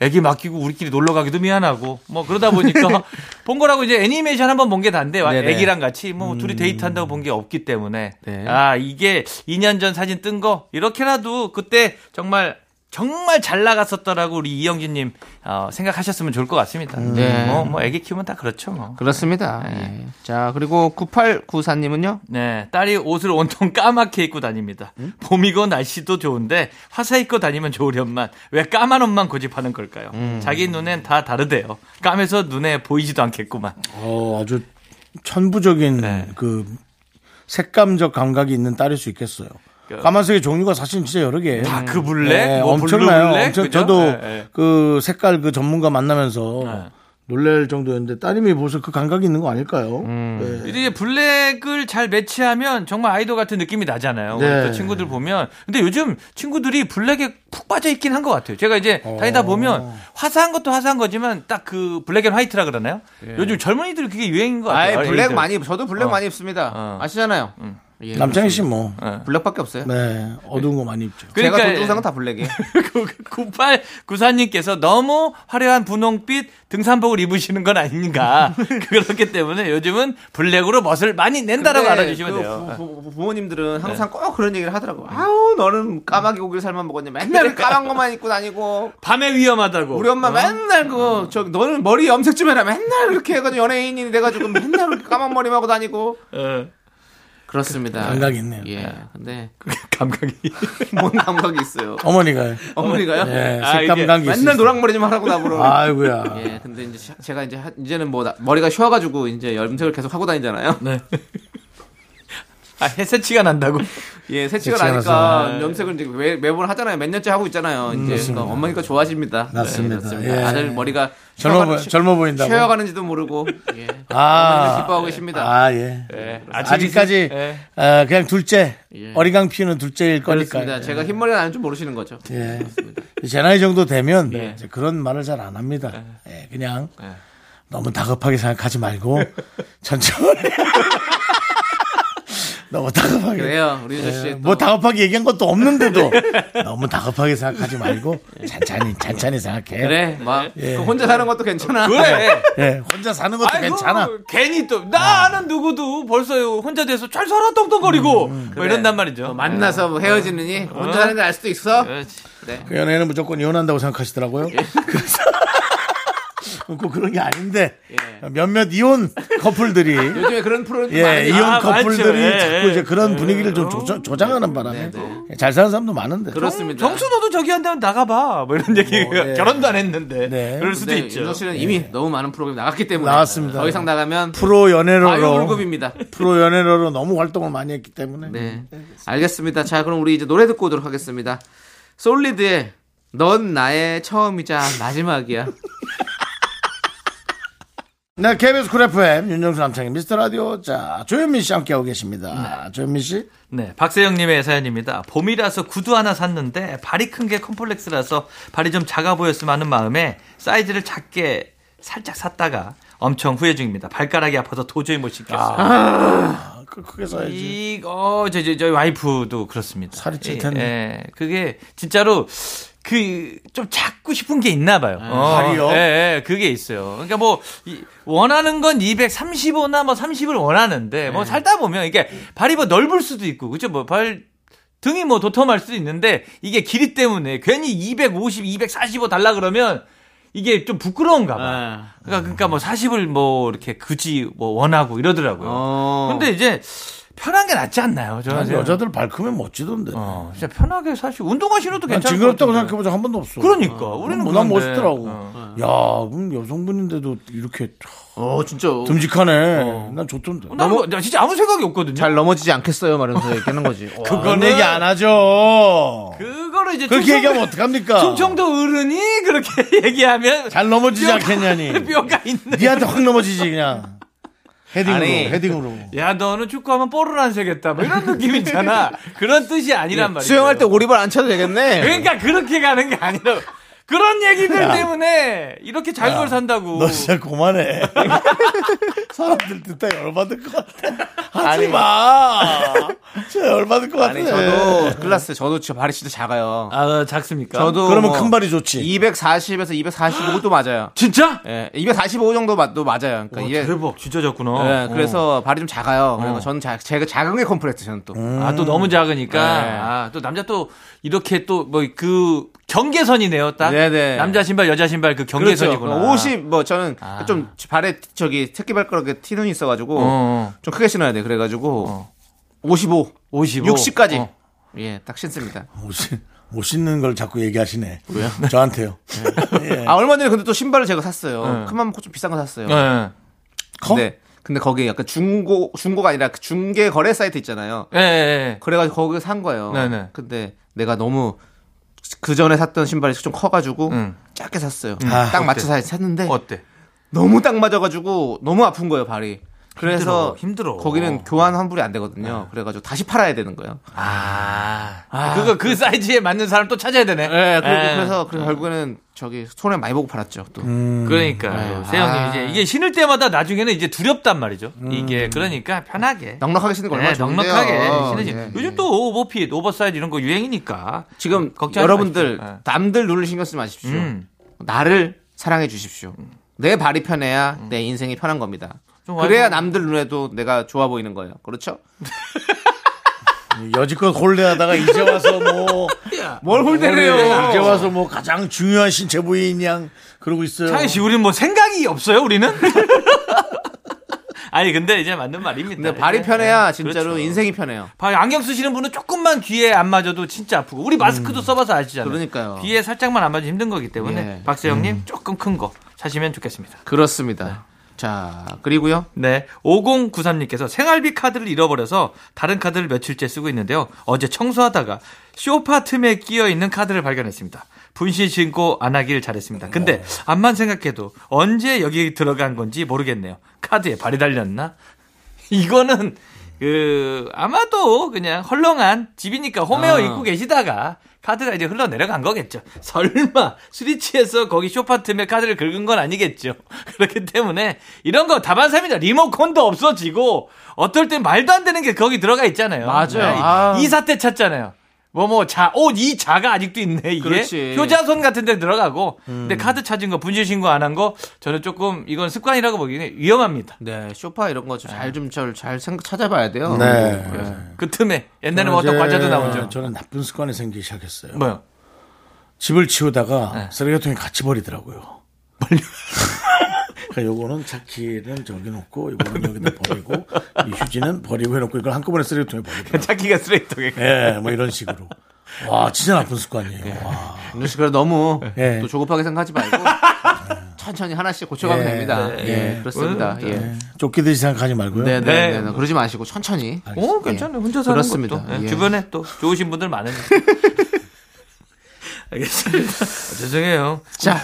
Speaker 9: 애기 맡기고 우리끼리 놀러 가기도 미안하고 뭐 그러다 보니까 본 거라고 이제 애니메이션 한 번 본 게 단데 와-
Speaker 2: 네. 네네. 음.
Speaker 9: 애기랑 같이 뭐 둘이 데이트한다고 본 게 없기 때문에
Speaker 2: 네.
Speaker 9: 아, 이게 2년 전 사진 뜬 거 이렇게라도 그때 정말 정말 잘 나갔었더라고 우리 이영진님 어, 생각하셨으면 좋을 것 같습니다.
Speaker 2: 네.
Speaker 9: 뭐, 뭐 애기 키우면 다 그렇죠. 뭐.
Speaker 2: 그렇습니다.
Speaker 1: 네.
Speaker 2: 예. 자, 그리고 9894님은요?
Speaker 9: 네, 딸이 옷을 온통 까맣게 입고 다닙니다. 봄이고 날씨도 좋은데 화사 입고 다니면 좋으련만 왜 까만 옷만 고집하는 걸까요? 자기 눈엔 다 다르대요. 까매서 눈에 보이지도 않겠구만.
Speaker 1: 어, 아주 천부적인
Speaker 9: 네.
Speaker 1: 그 색감적 감각이 있는 딸일 수 있겠어요. 까만색의 종류가 사실 진짜 여러 개예요.
Speaker 9: 그 다크 아, 블랙, 뭐 블루
Speaker 1: 네, 엄청나요.
Speaker 9: 블랙,
Speaker 1: 엄청
Speaker 9: 그죠?
Speaker 1: 저도
Speaker 9: 네, 네.
Speaker 1: 그 색깔 그 전문가 만나면서
Speaker 9: 네.
Speaker 1: 놀랄 정도였는데 따님이 벌써 그 감각이 있는 거 아닐까요?
Speaker 9: 음.
Speaker 1: 네.
Speaker 9: 이제 블랙을 잘 매치하면 정말 아이돌 같은 느낌이 나잖아요.
Speaker 1: 네.
Speaker 9: 우리 또 친구들 보면. 근데 요즘 친구들이 블랙에 푹 빠져 있긴 한 것 같아요. 제가 이제
Speaker 1: 어.
Speaker 9: 다니다 보면 화사한 것도 화사한 거지만 딱 그 블랙 앤 화이트라 그러나요? 요즘 젊은이들 그게 유행인 것 예. 같아요.
Speaker 2: 아이, 블랙
Speaker 9: 애들.
Speaker 2: 많이, 저도 블랙 많이 입습니다.
Speaker 9: 어.
Speaker 2: 아시잖아요.
Speaker 9: 네.
Speaker 2: 예,
Speaker 1: 남창희 씨 뭐.
Speaker 2: 블랙밖에 없어요.
Speaker 1: 네. 어두운 거 많이 입죠.
Speaker 9: 그러니까
Speaker 2: 제가 돈 주는 상은
Speaker 9: 예.
Speaker 2: 다 블랙이에요.
Speaker 9: 9894님께서 너무 화려한 분홍빛 등산복을 입으시는 건 아닌가. 그렇기 때문에 요즘은 블랙으로 멋을 많이 낸다라고
Speaker 2: 근데
Speaker 9: 알아주시면
Speaker 2: 그
Speaker 9: 돼요. 예.
Speaker 2: 부, 모님들은 항상 꼭 그런 얘기를 하더라고. 아우 너는 까마귀 고기를 살만 먹었냐. 맨날 까만 것만 입고 다니고.
Speaker 9: 밤에
Speaker 1: 뭐,
Speaker 9: 위험하다고.
Speaker 2: 우리
Speaker 1: 어?
Speaker 2: 엄마 맨날 그거 저 너는 머리 염색 좀 해라. 맨날 그렇게 해가지고 연예인이 돼가지고 맨날 그렇게 까만 머리만 하고 다니고.
Speaker 9: 어,
Speaker 2: 그렇습니다.
Speaker 1: 감각이 있네요.
Speaker 2: 예. 근데
Speaker 9: 감각이.
Speaker 2: 뭔 감각이 있어요.
Speaker 1: 어머니가
Speaker 2: 어머니가요?
Speaker 1: 예,
Speaker 9: 아,
Speaker 1: 색감
Speaker 9: 이게
Speaker 1: 감각이 있어요.
Speaker 2: 맨날 노랑머리 좀 하라고 나보러.
Speaker 1: 아이고야.
Speaker 2: 예, 근데 이제 시- 제가 이제 하- 이제는 뭐 나- 머리가 쉬어가지고 이제 염색을 계속 하고 다니잖아요.
Speaker 1: 네.
Speaker 9: 아, 해새치가 난다고.
Speaker 2: 예, 새치가
Speaker 1: 새치가
Speaker 2: 나니까
Speaker 1: 네.
Speaker 9: 나서.
Speaker 2: 염색을 이제 매, 매번 하잖아요. 몇 년째 하고 있잖아요. 이제 그러니까 엄마니까 좋아집니다.
Speaker 1: 음,
Speaker 2: 네,
Speaker 1: 맞습니다.
Speaker 2: 그렇습니다.
Speaker 1: 예.
Speaker 2: 아들 머리가
Speaker 1: 젊어,
Speaker 2: 쉬어가는-
Speaker 1: 보이- 젊어 보인다고.
Speaker 2: 쉬어가는지도 모르고 예.
Speaker 1: 아.
Speaker 2: 어머니가 기뻐하고 계십니다.
Speaker 1: 아, 예.
Speaker 9: 아직
Speaker 1: 아직까지
Speaker 9: 있을- 예.
Speaker 1: 아, 그냥 둘째
Speaker 2: 예.
Speaker 1: 어리광 피우는 둘째일 거니까.
Speaker 2: 그렇습니다.
Speaker 1: 예.
Speaker 2: 제가 흰머리 나는 줄 모르시는 거죠.
Speaker 1: 예. 제 나이 정도 되면
Speaker 2: 예.
Speaker 1: 이제 그런 말을 잘 안 합니다. 예, 그냥 너무 다급하게 생각하지 말고 천천히. 너무 다급하게.
Speaker 2: 그래요, 우리 유저 씨.
Speaker 1: 예,
Speaker 2: 또 네.
Speaker 1: 뭐 다급하게 얘기한 것도 없는데도 너무 다급하게 생각하지 말고 천천히 천천히 생각해.
Speaker 2: 예. 그래, 막
Speaker 1: 예.
Speaker 2: 그 혼자 사는 것도 괜찮아.
Speaker 9: 그래.
Speaker 1: 예, 혼자 사는 것도
Speaker 9: 아이고,
Speaker 1: 괜찮아.
Speaker 9: 괜히 또 나는 누구도 벌써 혼자 돼서 잘 살아 떵떵거리고
Speaker 2: 음,
Speaker 9: 뭐 이런단 말이죠. 네,
Speaker 2: 만나서 뭐 헤어지느니 혼자 사는 줄 알 수도 있어.
Speaker 9: 그렇지.
Speaker 1: 그 연애는 무조건 이혼한다고 생각하시더라고요.
Speaker 9: 예.
Speaker 1: 그래서 꼭 그런 게 아닌데 몇몇 이혼 커플들이
Speaker 2: 요즘에 그런 프로는
Speaker 1: 예, 이혼
Speaker 9: 예. 아, 맞죠.
Speaker 1: 커플들이
Speaker 9: 예,
Speaker 1: 자꾸 이제 그런
Speaker 9: 예. 네,
Speaker 1: 분위기를 좀 조정, 조장하는 바람에 잘 사는 사람도 많은데.
Speaker 2: 그렇습니다.
Speaker 9: 정수 너도 저기 한다면 나가봐. 뭐 이런 얘기.
Speaker 2: 네.
Speaker 1: 예.
Speaker 9: 결혼도 안 했는데.
Speaker 1: 네.
Speaker 9: 그럴 수도
Speaker 2: 근데
Speaker 9: 있죠. 예.
Speaker 2: 윤정 씨는 이미 너무 많은 프로그램 나갔기 때문에
Speaker 1: 나왔습니다.
Speaker 2: 더 이상 나가면
Speaker 1: 프로 연애로로
Speaker 2: 과유불급입니다.
Speaker 1: 프로 연애로로 너무 활동을 많이 했기 때문에
Speaker 2: 네. 알겠습니다. 자, 그럼 우리 이제 노래 듣고 오도록 하겠습니다. 솔리드의 넌 나의 처음이자 마지막이야.
Speaker 1: 네, KBS 쿨 FM 윤정수 남창희 미스터 라디오 자 조현민 씨 함께하고 계십니다. 조현민 씨
Speaker 9: 네, 박세영님의 사연입니다. 봄이라서 구두 하나 샀는데 발이 큰 게 컴플렉스라서 발이 좀 작아 보였으면 하는 마음에 사이즈를 작게 살짝 샀다가 엄청 후회 중입니다. 발가락이 아파서 도저히 못 신겠어요.
Speaker 1: 아, 크- 크게 사야지.
Speaker 9: 이거 저희 저, 저희 와이프도 그렇습니다.
Speaker 1: 살이 찔 텐데.
Speaker 9: 예, 예. 그게 진짜로 그 좀 작고 싶은 게 있나 봐요. 어,
Speaker 1: 아, 살이요?
Speaker 9: 예, 예, 그게 있어요. 그러니까 뭐 이- 원하는 건 235나 뭐 30을 원하는데
Speaker 1: 예.
Speaker 9: 뭐 살다 보면 이게 발이 뭐 넓을 수도 있고 그죠? 뭐 발 등이 뭐 도톰할 수도 있는데 이게 길이 때문에 괜히 250, 245 달라 그러면 이게 좀 부끄러운가 봐. 그러니까 그러니까 뭐 40을 뭐 이렇게 굳이 뭐 원하고 이러더라고요. 근데 이제 편한 게 낫지 않나요? 저는
Speaker 1: 어. 아니,
Speaker 9: 생각-
Speaker 1: 여자들 발크면 멋지던데.
Speaker 9: 어, 진짜 편하게 사실 운동화 신어도
Speaker 1: 난
Speaker 9: 괜찮을 것
Speaker 1: 징그럽다고
Speaker 9: 같은데.
Speaker 1: 생각해보자 한 번도 없어.
Speaker 9: 그러니까 우리는
Speaker 1: 뭐, 난
Speaker 9: 그런데.
Speaker 1: 멋있더라고.
Speaker 9: 어.
Speaker 1: 야, 그럼 여성분인데도 이렇게
Speaker 2: 어, 진짜. 어.
Speaker 1: 듬직하네. 난 좋던데.
Speaker 9: 나는 뭐- 나 진짜 아무 생각이 없거든요.
Speaker 2: 잘 넘어지지 않겠어요, 말하면서 얘기하는 거지.
Speaker 1: 그건 얘기 안 하죠.
Speaker 9: 그거를 이제
Speaker 1: 그렇게
Speaker 9: 충청도-
Speaker 1: 얘기하면 어떡합니까?
Speaker 9: 충청도 어른이 그렇게 얘기하면
Speaker 1: 잘 넘어지지
Speaker 9: 뼈가-
Speaker 2: 그
Speaker 1: 않겠냐니.
Speaker 9: 뼈가 있는
Speaker 1: 니한테 확 넘어지지 그냥. 헤딩으로,
Speaker 9: 아니,
Speaker 1: 헤딩으로.
Speaker 9: 야 너는 축구하면 뽀르란 새겠다 뭐 이런 느낌이잖아 그런 뜻이
Speaker 1: 예.
Speaker 9: 아니란 말이야
Speaker 2: 수영할 때 오리발 안 쳐도 되겠네.
Speaker 9: 그러니까 그렇게 가는 게 아니라 그런 얘기들 때문에 이렇게 잘 걸 산다고
Speaker 1: 너 진짜 그만해. 사람들 듣다 열받을 것 같아. 하지 마. 진짜 열받을 것 같아.
Speaker 2: 아니
Speaker 9: 어,
Speaker 2: 저도 클라스 저도 진짜 발이 진짜 작아요.
Speaker 9: 아 작습니까?
Speaker 2: 저도
Speaker 1: 그러면
Speaker 2: 뭐
Speaker 1: 큰 발이 좋지.
Speaker 2: 240에서 245도 맞아요.
Speaker 9: 진짜? 예.
Speaker 2: 예, 245 정도 맞도 맞아요. 그러니까 이게
Speaker 9: 대박 어. 진짜 작구나
Speaker 2: 예, 그래서 발이 좀 작아요. 그래서 저는 자, 제가 작은 게 컴플렉스 저는 또.
Speaker 9: 아 또 너무 작으니까
Speaker 2: 어. 네.
Speaker 9: 아, 또 남자 또 이렇게 또 뭐 그 경계선이네요 딱
Speaker 2: 네네.
Speaker 9: 남자 신발 여자 신발 그
Speaker 2: 그렇죠.
Speaker 9: 경계선이구나 아.
Speaker 2: 50, 뭐, 저는 좀 발에 저기 새끼 발가락에 티눈이 있어가지고
Speaker 9: 어.
Speaker 2: 좀 크게 신어야 돼. 그래가지고 55,
Speaker 9: 55.
Speaker 2: 60까지.
Speaker 9: 어.
Speaker 2: 예, 딱 신습니다.
Speaker 1: 멋있- 멋있는 걸 자꾸 얘기하시네. 왜요? 저한테요.
Speaker 9: 네.
Speaker 1: 예.
Speaker 2: 아, 얼마 전에 근데 또 신발을 제가 샀어요. 큰맘 좀 비싼 거 샀어요.
Speaker 9: 예.
Speaker 1: 커?
Speaker 2: 근데, 근데 거기 약간 중고, 중고가 아니라 그 중개 거래 사이트 있잖아요.
Speaker 9: 예, 예, 예.
Speaker 2: 그래가지고 거기 산 거예요.
Speaker 9: 네네.
Speaker 2: 근데 내가 너무 그 전에 샀던 신발이 좀 커가지고
Speaker 9: 음.
Speaker 2: 작게 샀어요.
Speaker 1: 아,
Speaker 2: 딱 맞춰서 샀는데
Speaker 9: 어때?
Speaker 2: 너무 딱 맞아가지고 너무 아픈 거예요 발이. 그래서
Speaker 9: 힘들어, 힘들어.
Speaker 2: 거기는 교환 환불이 안 되거든요. 그래가지고 다시 팔아야 되는 거예요.
Speaker 9: 아, 그거 그 사이즈에 맞는 사람 또 찾아야 되네.
Speaker 2: 예, 그리고
Speaker 9: 예.
Speaker 2: 그래서 그래서 결국에는 저기 손해 많이 보고 팔았죠. 또
Speaker 9: 음. 그러니까 세영님
Speaker 2: 아. 음.
Speaker 9: 이제 이게 신을 때마다 나중에는 이제 두렵단 말이죠. 이게 그러니까 편하게.
Speaker 2: 넉넉하게 신는 거 얼마나
Speaker 9: 네,
Speaker 2: 좋은데요.
Speaker 9: 넉넉하게 신으지.
Speaker 2: 예,
Speaker 9: 요즘 또 오버핏, 오버사이즈 이런 거 유행이니까.
Speaker 2: 지금
Speaker 9: 걱정하지
Speaker 2: 음, 여러분들
Speaker 9: 마십시오. 예.
Speaker 2: 남들 눈을 신경 쓰지 마십시오.
Speaker 9: 음.
Speaker 2: 나를 사랑해 주십시오. 내 발이 편해야 내 인생이 편한 겁니다.
Speaker 9: 좀
Speaker 2: 그래야
Speaker 9: 와이프-
Speaker 2: 남들 눈에도 내가 좋아 보이는 거예요. 그렇죠?
Speaker 1: 여지껏 홀대하다가 이제 와서 뭐.
Speaker 2: 뭘
Speaker 1: 이제 와서 뭐 가장 중요한 신체 부위인 양 그러고 있어요.
Speaker 9: 창희 씨, 우리는 뭐 생각이 없어요, 우리는? 아니, 근데 이제 맞는 말입니다.
Speaker 2: 근데 발이
Speaker 9: 이제.
Speaker 2: 편해야
Speaker 9: 네,
Speaker 2: 진짜로
Speaker 9: 그렇죠.
Speaker 2: 인생이 편해요.
Speaker 9: 발 안경 쓰시는 분은 조금만 귀에 안 맞아도 진짜 아프고 우리 마스크도 써봐서 아시잖아요.
Speaker 2: 음. 그러니까요.
Speaker 9: 귀에 살짝만 안 맞아도 힘든 거기 때문에
Speaker 2: 예.
Speaker 9: 박세영님 조금 큰 거 사시면 좋겠습니다.
Speaker 2: 그렇습니다. 네. 자, 그리고요.
Speaker 9: 네. 5093님께서 생활비 카드를 잃어버려서 다른 카드를 며칠째 쓰고 있는데요. 어제 청소하다가 쇼파 틈에 끼어 있는 카드를 발견했습니다. 분신 신고 안 하길 잘했습니다. 근데 암만 생각해도 언제 여기 들어간 건지 모르겠네요. 카드에 발이 달렸나? 이거는 그 아마도 그냥 헐렁한 집이니까
Speaker 2: 아.
Speaker 9: 홈웨어 입고 계시다가 카드가 이제 흘러 내려간 거겠죠. 설마 스리치에서 거기 쇼파 틈에 카드를 긁은 건 아니겠죠. 그렇기 때문에 이런 거 다반사입니다. 리모컨도 없어지고 어떨 땐 말도 안 되는 게 거기 들어가 있잖아요.
Speaker 2: 맞아요.
Speaker 9: 네.
Speaker 2: 아.
Speaker 9: 이 사태 찾잖아요. 뭐 뭐 자, 오, 이 자가 아직도 있네 이게
Speaker 2: 그렇지. 음.
Speaker 9: 효자손 같은 데 들어가고 근데 카드 찾은 거 분실 신고 안 한 거 저는 조금 이건 습관이라고 보기에는 위험합니다.
Speaker 2: 네, 쇼파 이런 거 좀 잘 좀 잘 잘 생각 찾아봐야 돼요.
Speaker 1: 네.
Speaker 9: 그 틈에 옛날에는 어떤
Speaker 1: 이제
Speaker 9: 과자도 나오죠.
Speaker 1: 저는 나쁜 습관이 생기기 시작했어요.
Speaker 9: 뭐요? 네.
Speaker 1: 집을 치우다가 쓰레기통에 같이 버리더라고요. 그러니까 요거는 차키는 저기 놓고 요거는
Speaker 9: 네.
Speaker 1: 여기다 버리고 이 휴지는 버리고 해놓고 이걸 한꺼번에 쓰레기통에 버리고
Speaker 9: 자기가 쓰레기통에
Speaker 1: 예, 뭐 이런 식으로. 와, 진짜 나쁜 습관이에요.
Speaker 9: 네.
Speaker 1: 와.
Speaker 2: 윤정 씨, 그래 너무
Speaker 1: 예.
Speaker 2: 또 조급하게 생각하지 말고 천천히 하나씩 고쳐가면
Speaker 1: 예.
Speaker 2: 됩니다. 예,
Speaker 1: 예.
Speaker 2: 그렇습니다. 예. 네,
Speaker 1: 쫓기듯이 생각하지 말고요.
Speaker 2: 네,
Speaker 9: 네.
Speaker 2: 네, 네. 그러지 마시고 천천히.
Speaker 9: 오, 어, 괜찮아요. 혼자 사는
Speaker 2: 그렇습니다.
Speaker 9: 것도. 네,
Speaker 2: 예.
Speaker 9: 주변에 또 좋으신 분들 많으니까. 알겠습니다. 아, 죄송해요.
Speaker 2: 자,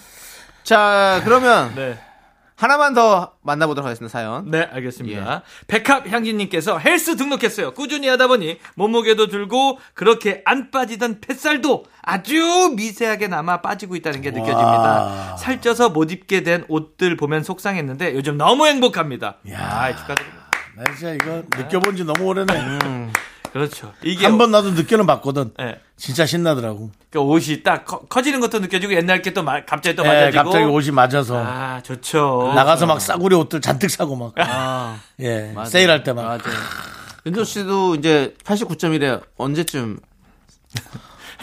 Speaker 2: 자 그러면
Speaker 9: 네.
Speaker 2: 하나만 더 만나보도록 하겠습니다. 사연.
Speaker 9: 네, 알겠습니다. 백합 향진님께서 헬스 등록했어요. 꾸준히 하다 보니 몸무게도 줄고 그렇게 안 빠지던 뱃살도 아주 미세하게 남아 빠지고 있다는 게
Speaker 1: 아,
Speaker 9: 느껴집니다. 살쪄서 못 입게 된 옷들 보면 속상했는데 요즘 너무 행복합니다.
Speaker 1: 이야.
Speaker 9: 아, 축하드립니다.
Speaker 1: 나 진짜 이거 느껴본 지 너무 오래네.
Speaker 9: 그렇죠. 이게
Speaker 1: 한 번 나도 느껴는 봤거든.
Speaker 9: 예.
Speaker 1: 진짜 신나더라고.
Speaker 9: 그 옷이 딱 커, 커지는 것도 느껴지고 옛날 게 또 갑자기 또
Speaker 1: 예,
Speaker 9: 맞아지고
Speaker 1: 갑자기 옷이 맞아서
Speaker 9: 아 어. 좋죠
Speaker 1: 나가서 막 싸구려 옷들 잔뜩 사고 막.
Speaker 9: 아,
Speaker 1: 예, 세일할 때
Speaker 9: 네.
Speaker 1: 막.
Speaker 2: 맞아요. 윤정 씨도 이제 89.1에 언제쯤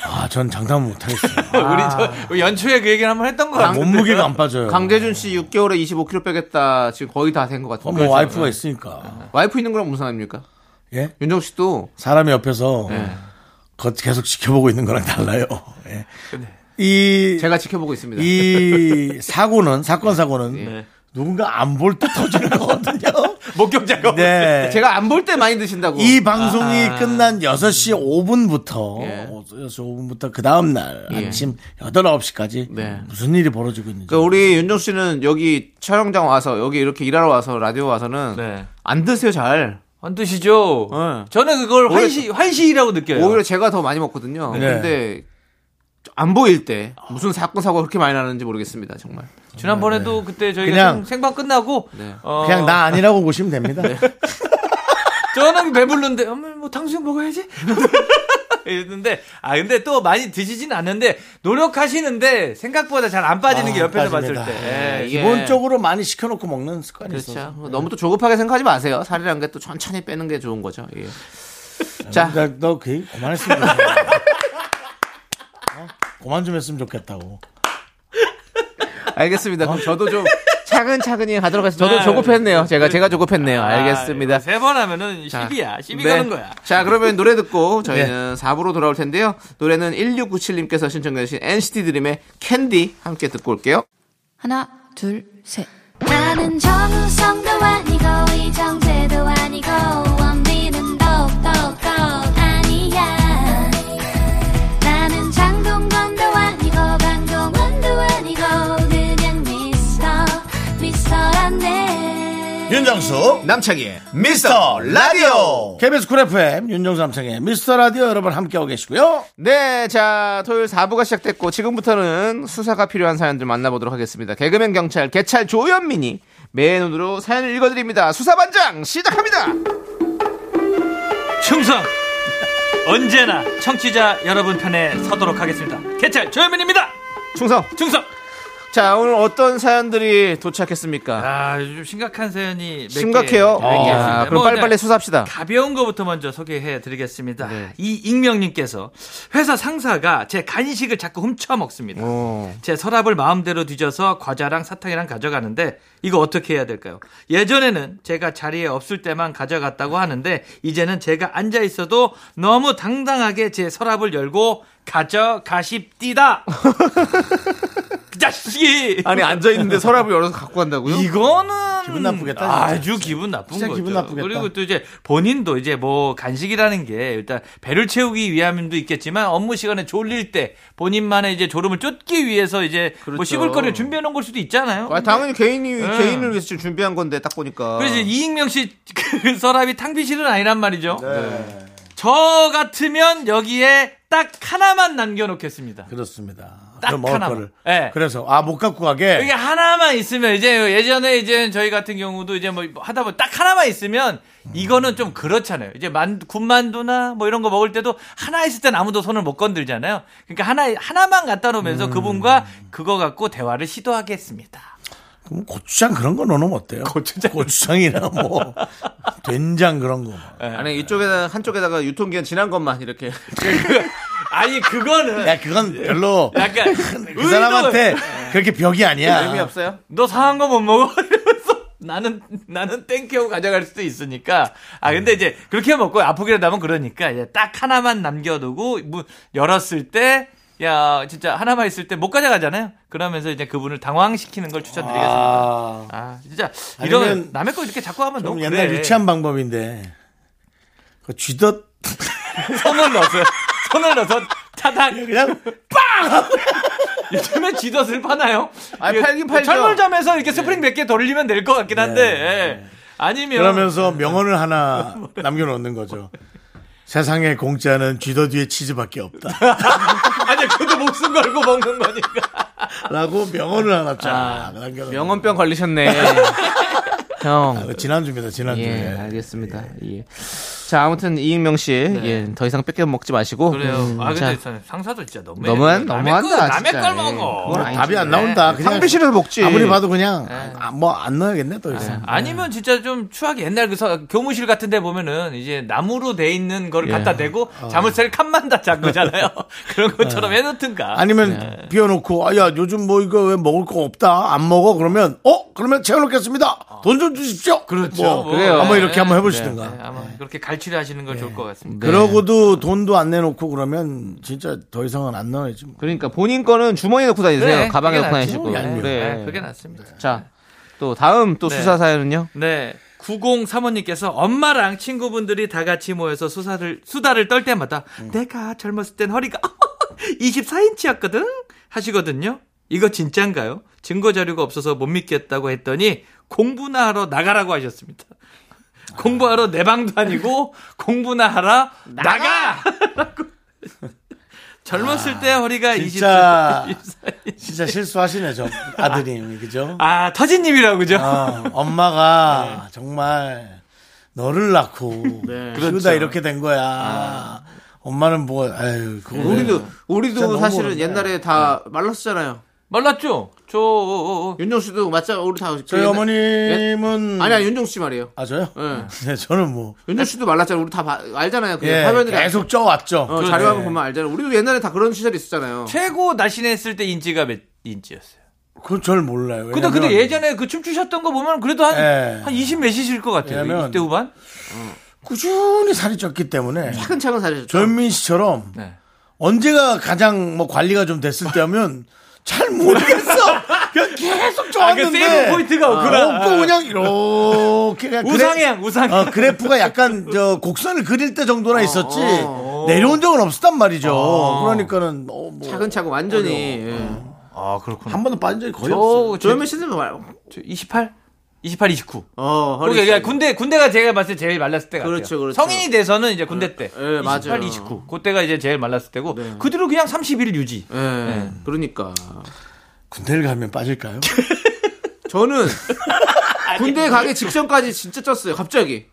Speaker 1: 아, 전 장담 못하겠어요.
Speaker 9: 우리 저 연초에 그 얘기를 한번 했던 거
Speaker 1: 아,
Speaker 9: 같아요
Speaker 1: 몸무게가 안 빠져요.
Speaker 2: 강재준 씨 6개월에 25kg 빼겠다 지금 거의 다 된 것
Speaker 1: 어,
Speaker 2: 같은데.
Speaker 1: 뭐
Speaker 2: 그렇죠?
Speaker 1: 와이프가 있으니까.
Speaker 2: 와이프 있는 거랑 무슨 상관입니까?
Speaker 1: 예?
Speaker 2: 윤정 씨도
Speaker 1: 사람이 옆에서
Speaker 9: 네.
Speaker 1: 겉- 계속 지켜보고 있는 거랑 달라요. 예. 이,
Speaker 9: 네.
Speaker 2: 제가 지켜보고 있습니다. 네.
Speaker 1: 이 사고는, 사건 사고는 누군가 안 볼 때 터지는 거거든요.
Speaker 9: 목격자가
Speaker 1: 네.
Speaker 2: 제가 아. 안 볼 때 많이 드신다고.
Speaker 1: 이 방송이 끝난 6시 5분부터
Speaker 2: 예.
Speaker 1: 6시 5분부터 그 다음 날 아침 8, 9시까지 무슨 일이 벌어지고 있는지
Speaker 2: 네. 그러니까 우리 윤종 씨는 여기 촬영장 와서 여기 이렇게 일하러 와서 라디오 와서는
Speaker 9: 네.
Speaker 2: 안 드세요 잘.
Speaker 9: 안 드시죠?
Speaker 2: 네.
Speaker 9: 저는 그걸 환시, 환시라고 느껴요. 네.
Speaker 2: 오히려 제가 더 많이 먹거든요. 근데 안 보일 때 무슨 사건 사고 가 그렇게 많이 나는지 모르겠습니다 정말.
Speaker 9: 지난번에도 그때
Speaker 1: 네.
Speaker 9: 저희가
Speaker 1: 그냥- 네.
Speaker 9: 생- 생방 끝나고 어,
Speaker 1: 그냥 나 아니라고 보시면 됩니다.
Speaker 2: 네.
Speaker 9: 저는 배불른데 어머 뭐 탕수육 먹어야지 이랬는데 아 근데 또 많이 드시진 않는데 노력하시는데 생각보다 잘 안 빠지는
Speaker 1: 아,
Speaker 9: 게 옆에서
Speaker 1: 빠집니다. 네,
Speaker 9: 봤을 때 예,
Speaker 2: 이게-
Speaker 1: 기본적으로 많이 시켜놓고 먹는 습관이 있어서
Speaker 2: 그렇죠. 네, 너무 또 조급하게 생각하지 마세요. 살이란 게 또 천천히 빼는 게 좋은 거죠. 예. 자,
Speaker 1: 나, 그러니까 너그 얘기 그만했으면 좋겠다. 어? 그만 좀 했으면 좋겠다고.
Speaker 2: 알겠습니다. 그럼 저도 좀 차근차근히 가도록 하겠습니다. 저도
Speaker 9: 네.
Speaker 2: 조급했네요. 제가 제가 조급했네요.
Speaker 9: 아,
Speaker 2: 알겠습니다.
Speaker 9: 세 번 하면은
Speaker 2: 자,
Speaker 9: 10이야 10이
Speaker 2: 네.
Speaker 9: 가는 거야 네.
Speaker 2: 자, 그러면 노래 듣고 저희는 4부로 돌아올 텐데요. 노래는 1697님께서 신청해주신 NCT 드림의 캔디 함께 듣고 올게요.
Speaker 10: 하나, 둘, 셋. 나는 정우성도 아니고, 이정재도 아니고, 원빈은 더욱더 아니야. 나는 장동건도 아니고, 강동원도 아니고, 그냥 미스터, 미스터란데.
Speaker 6: 윤정수
Speaker 2: 남창희의
Speaker 6: 미스터 라디오
Speaker 1: KBS 쿨 FM 윤정삼창의 미스터 라디오 여러분 함께하고 계시고요.
Speaker 2: 네, 자, 토요일 4부가 시작됐고, 지금부터는 수사가 필요한 사연들 만나보도록 하겠습니다. 개그맨 경찰, 개찰 조현민이 매의 눈으로 사연을 읽어드립니다. 수사반장, 시작합니다!
Speaker 9: 충성 언제나 청취자 여러분 편에 서도록 하겠습니다 개찰 조현민입니다
Speaker 2: 충성!
Speaker 9: 충성
Speaker 2: 자, 오늘 어떤 사연들이 도착했습니까?
Speaker 9: 아 요즘 심각한 사연이 몇
Speaker 2: 심각해요.
Speaker 9: 개, 몇개 있습니다.
Speaker 2: 아,
Speaker 9: 뭐
Speaker 2: 그럼 빨리빨리
Speaker 9: 그냥
Speaker 2: 수사합시다.
Speaker 9: 가벼운 거부터 먼저 소개해 드리겠습니다. 이 익명님께서 회사 상사가 제 간식을 자꾸 훔쳐 먹습니다.
Speaker 2: 어.
Speaker 9: 제 서랍을 마음대로 뒤져서 과자랑 사탕이랑 가져가는데 이거 어떻게 해야 될까요? 예전에는 제가 자리에 없을 때만 가져갔다고 하는데 이제는 제가 앉아 있어도 너무 당당하게 제 서랍을 열고 가져가십디다. 그 자식이
Speaker 2: 아니, 앉아있는데 서랍을 열어서 갖고 간다고요?
Speaker 9: 이거는
Speaker 1: 기분 나쁘겠다,
Speaker 9: 아주 기분 나쁜
Speaker 1: 진짜
Speaker 9: 거죠.
Speaker 1: 기분 나쁘겠다.
Speaker 9: 그리고 또 이제 본인도 이제 뭐 간식이라는 게 일단 배를 채우기 위함도 있겠지만 업무 시간에 졸릴 때 본인만의 이제 졸음을 쫓기 위해서 이제
Speaker 1: 그렇죠.
Speaker 9: 뭐 씹을 거리를 준비해 놓은 걸 수도 있잖아요.
Speaker 2: 아, 당연히 개인이,
Speaker 9: 네.
Speaker 2: 개인을 위해서 지금 준비한 건데, 딱 보니까.
Speaker 9: 그래서 이제 이익명 씨 그 서랍이 탕비실은 아니란 말이죠.
Speaker 1: 네.
Speaker 9: 저 같으면 여기에 딱 하나만 남겨놓겠습니다.
Speaker 1: 그렇습니다.
Speaker 9: 딱
Speaker 1: 그 먹을
Speaker 9: 하나만.
Speaker 1: 거를.
Speaker 9: 예.
Speaker 1: 그래서 아 못 갖고 가게.
Speaker 9: 이게 하나만 있으면 이제 예전에 이제 저희 같은 경우도 이제 뭐 하다 보면 딱 하나만 있으면 이거는 좀 그렇잖아요. 이제 만 군만두나 뭐 이런 거 먹을 때도 하나 있을 땐 아무도 손을 못 건들잖아요. 그러니까 하나 하나만
Speaker 1: 음.
Speaker 9: 갖다 놓으면서 그분과 그거 갖고 대화를 시도하겠습니다.
Speaker 1: 그럼 음, 고추장 그런 거 넣으면 어때요? 고추장. 고추장이나 뭐 된장 그런 거.
Speaker 2: 아니, 이쪽에다, 한쪽에다가 유통기한 지난 것만 이렇게. 그
Speaker 9: 아니 그거는
Speaker 1: 야 그건
Speaker 9: 예.
Speaker 1: 별로
Speaker 9: 약간
Speaker 1: 그 사람한테 그렇게 벽이 아니야.
Speaker 2: 의미 없어요?
Speaker 9: 너 상한 거 못 먹어 이러면서 나는 나는 땡큐하고 가져갈 수도 있으니까 아
Speaker 1: 음.
Speaker 9: 근데 이제 그렇게 먹고 아프기라도 하면 그러니까 이제 딱 하나만 남겨두고 문 열었을 때 야 진짜 하나만 있을 때 못 가져가잖아요 그러면서 이제 그분을 당황시키는 걸 추천드리겠습니다 아,
Speaker 1: 아,
Speaker 9: 진짜
Speaker 1: 아니면
Speaker 9: 이런 남의 거 이렇게 자꾸 하면 너무
Speaker 1: 좀 옛날
Speaker 9: 그래.
Speaker 1: 유치한 방법인데. 그 쥐덫
Speaker 9: 손을 넣어서 손을 넣어서 차단
Speaker 1: 그냥
Speaker 9: 요즘에 쥐덫을 파나요?
Speaker 2: 아,
Speaker 9: 이게
Speaker 2: 팔긴 팔죠.
Speaker 9: 철물점에서 이렇게 스프링 몇 개 돌리면 될 것 같긴 한데 예. 아니면
Speaker 1: 네. 그러면서 명언을 하나 남겨놓는 거죠. 세상에 공짜는 쥐덫 위에 치즈밖에 없다.
Speaker 9: 아니 그것도 목숨 걸고 먹는 거니까
Speaker 1: 라고 명언을 하나 쫙
Speaker 9: 아,
Speaker 1: 남겨놓는
Speaker 2: 병원병 걸리셨네. 형.
Speaker 1: 거죠. 지난주입니다, 지난주에.
Speaker 2: 예, 알겠습니다. 예. 자, 아무튼 이익명 씨, 예, 더 이상 뺏겨 먹지 마시고.
Speaker 9: 네. 그래요.
Speaker 2: 음,
Speaker 9: 아 근데
Speaker 2: 자,
Speaker 9: 저는 상사도 진짜 너무
Speaker 2: 너무한
Speaker 9: 남의
Speaker 2: 너무한다.
Speaker 9: 거, 남의
Speaker 2: 진짜.
Speaker 9: 걸
Speaker 2: 예,
Speaker 9: 먹어.
Speaker 2: 그건
Speaker 1: 답이
Speaker 2: 아니지.
Speaker 1: 안 나온다. 그냥
Speaker 2: 탕비실에서 먹지.
Speaker 1: 아무리 봐도 그냥 뭐 안 넣어야겠네, 또 이제.
Speaker 9: 아니면 진짜 좀 추하게 옛날 그 서- 교무실 같은 데 보면은 이제 나무로 돼 있는 거를
Speaker 2: 예.
Speaker 9: 갖다 대고
Speaker 2: 어.
Speaker 9: 자물쇠를 칸만 다 잡고잖아요. 그런
Speaker 2: 예.
Speaker 9: 것처럼 해놓든가.
Speaker 1: 아니면 비워놓고 아 야 요즘 뭐 이거 왜 먹을 거 없다 안 먹어 그러면 어 그러면 채워놓겠습니다 돈 좀 주십시오
Speaker 9: 그렇죠.
Speaker 1: 뭐,
Speaker 9: 뭐, 그래요.
Speaker 1: 한번 이렇게
Speaker 2: 예.
Speaker 9: 네.
Speaker 1: 한번
Speaker 9: 네,
Speaker 1: 해보시든가
Speaker 9: 아마 그렇게 갈취를 하시는 건 좋을 것 같습니다.
Speaker 1: 그러고도 돈도 안 내놓고 그러면 진짜 더 이상은 안 넣어야지 뭐.
Speaker 2: 그러니까 본인 거는 주머니에 넣고 다니세요.
Speaker 9: 그래,
Speaker 2: 가방에
Speaker 9: 네, 그게
Speaker 2: 넣고
Speaker 9: 낫지.
Speaker 2: 다니시고.
Speaker 1: 예,
Speaker 2: 그래.
Speaker 9: 네, 그게 낫습니다.
Speaker 2: 자, 또 다음 또
Speaker 9: 네.
Speaker 2: 수사 사연은요?
Speaker 9: 네. 903호님께서 엄마랑 친구분들이 다 같이 모여서 수사를, 수다를 떨 때마다
Speaker 1: 음.
Speaker 9: 내가 젊었을 땐 허리가 24인치였거든? 하시거든요. 이거 진짠가요? 증거 자료가 없어서 못 믿겠다고 했더니 공부나 하러 나가라고 하셨습니다.
Speaker 1: 아.
Speaker 9: 공부하러 내 방도 아니고 공부나 하라 나가! 라고. 젊었을 때 허리가 24,
Speaker 1: 아, 진짜.
Speaker 9: 24.
Speaker 1: 진짜 실수하시네, 저 아드님. 그죠?
Speaker 9: 아, 터진님이라고 그죠?
Speaker 1: 아, 엄마가 정말 너를 낳고 키우다
Speaker 2: 그렇죠.
Speaker 1: 이렇게 된 거야. 엄마는 뭐, 아유, 그거
Speaker 2: 네. 우리도
Speaker 1: 진짜 너무
Speaker 2: 우리도 사실은
Speaker 1: 어렵네.
Speaker 2: 옛날에 다 말랐었잖아요.
Speaker 9: 말랐죠? 저, 어,
Speaker 2: 윤종 씨도 맞죠? 우리 다
Speaker 9: 예,
Speaker 1: 저희
Speaker 9: 네.
Speaker 1: 어머님은
Speaker 2: 아니야 윤종 씨 말이에요.
Speaker 1: 아, 저요?
Speaker 2: 예.
Speaker 1: 네, 저는 뭐
Speaker 2: 윤종 씨도 말랐잖아요. 우리 다 봐- 알잖아요. 그
Speaker 1: 예,
Speaker 2: 화면에
Speaker 1: 계속 쪄왔죠.
Speaker 2: 어, 자료 한번 보면 알잖아요. 우리도 옛날에 다 그런 시절이 있었잖아요.
Speaker 9: 최고 날씬했을 때 인지가 몇 인치였어요?
Speaker 1: 네. 그건 절 몰라요.
Speaker 9: 근데
Speaker 1: 왜냐면
Speaker 9: 근데 예전에 그 춤추셨던 거 보면 그래도 한
Speaker 1: 예.
Speaker 9: 한 20 몇이실 것 같아요.
Speaker 1: 왜냐면-
Speaker 9: 20대 후반?
Speaker 1: 꾸준히 살이 쪘기 때문에
Speaker 2: 차근차근 사셨죠.
Speaker 1: 조현민 씨처럼
Speaker 9: 음. 네.
Speaker 1: 언제가 가장 뭐 관리가 좀 됐을 때면 잘 모르겠어. 그냥 계속
Speaker 9: 그
Speaker 1: 좋았는데. 아,
Speaker 9: 세이브 포인트가 없구나.
Speaker 1: 없고 그냥 이렇게 그냥 그래-
Speaker 9: 우상향, 우상향.
Speaker 1: 어, 그래프가 약간 저 곡선을 그릴 때 정도나 있었지
Speaker 2: 어.
Speaker 1: 내려온 적은 없었단 말이죠. 그러니까는 어, 뭐
Speaker 2: 차근차근 완전히. 예.
Speaker 9: 아, 그렇구나.
Speaker 1: 한 번도 빠진 적이 거의 없어요.
Speaker 9: 저, 저,
Speaker 2: 조현민 씨는 말.
Speaker 9: 28? 28, 29.
Speaker 2: 어 허리.
Speaker 9: 그러니까
Speaker 2: 씨.
Speaker 9: 군대 군대가 제가 봤을 때 제일 말랐을 때 같아요.
Speaker 2: 그렇죠, 그렇죠.
Speaker 9: 성인이 돼서는 이제 군대 때.
Speaker 2: 예,
Speaker 9: 28,
Speaker 2: 맞아요. 네.
Speaker 9: 29. 그때가 이제 제일 말랐을 때고 그 뒤로 그냥 31 유지.
Speaker 2: 예.
Speaker 9: 네.
Speaker 2: 그러니까
Speaker 1: 군대를 가면 빠질까요?
Speaker 2: 저는 군대 가기 직전까지 진짜 쪘어요. 갑자기.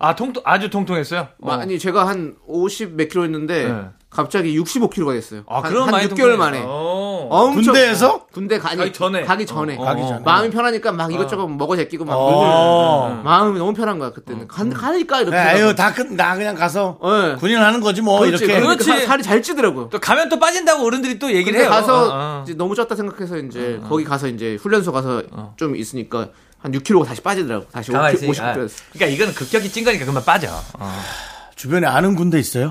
Speaker 9: 아, 통통 아주 통통했어요.
Speaker 2: 마- 아니 제가 한 50 몇 킬로 했는데
Speaker 9: 네.
Speaker 2: 갑자기 65킬로가 됐어요.
Speaker 9: 아,
Speaker 2: 한,
Speaker 9: 그럼
Speaker 2: 한
Speaker 9: 많이
Speaker 2: 6개월
Speaker 9: 통통했어요.
Speaker 2: 만에.
Speaker 9: 어.
Speaker 2: 엄청-
Speaker 1: 군대에서?
Speaker 2: 군대 가니,
Speaker 9: 가기 전에.
Speaker 2: 가기 전에.
Speaker 9: 어,
Speaker 1: 가기 전에.
Speaker 2: 마음이 편하니까 막 이것저것 먹어 제끼고 막
Speaker 1: 어.
Speaker 2: 놀고. 마음이 너무 편한 거야
Speaker 9: 어.
Speaker 2: 그때는. 가, 가니까 이렇게.
Speaker 1: 네, 아유 다 끝 나 그냥 가서
Speaker 2: 예.
Speaker 1: 군인 하는 거지 뭐
Speaker 2: 그렇지.
Speaker 1: 이렇게
Speaker 2: 그러니까
Speaker 9: 그렇지.
Speaker 2: 살- 살이 잘 찌더라고요.
Speaker 9: 또 가면 또 빠진다고 어른들이 또 얘기를
Speaker 2: 근데
Speaker 9: 해요.
Speaker 2: 가서
Speaker 9: 어, 어.
Speaker 2: 이제 너무 쪘다 생각해서 이제 거기 가서 이제 훈련소 가서 좀 있으니까 한 6kg가 다시 빠지더라고. 다시 5 0
Speaker 9: 어. 가만히
Speaker 2: k g
Speaker 9: 있으니까. 그러니까 이건 급격히 찐 거니까 그만 빠져.
Speaker 1: 아, 주변에 아는 군대 있어요?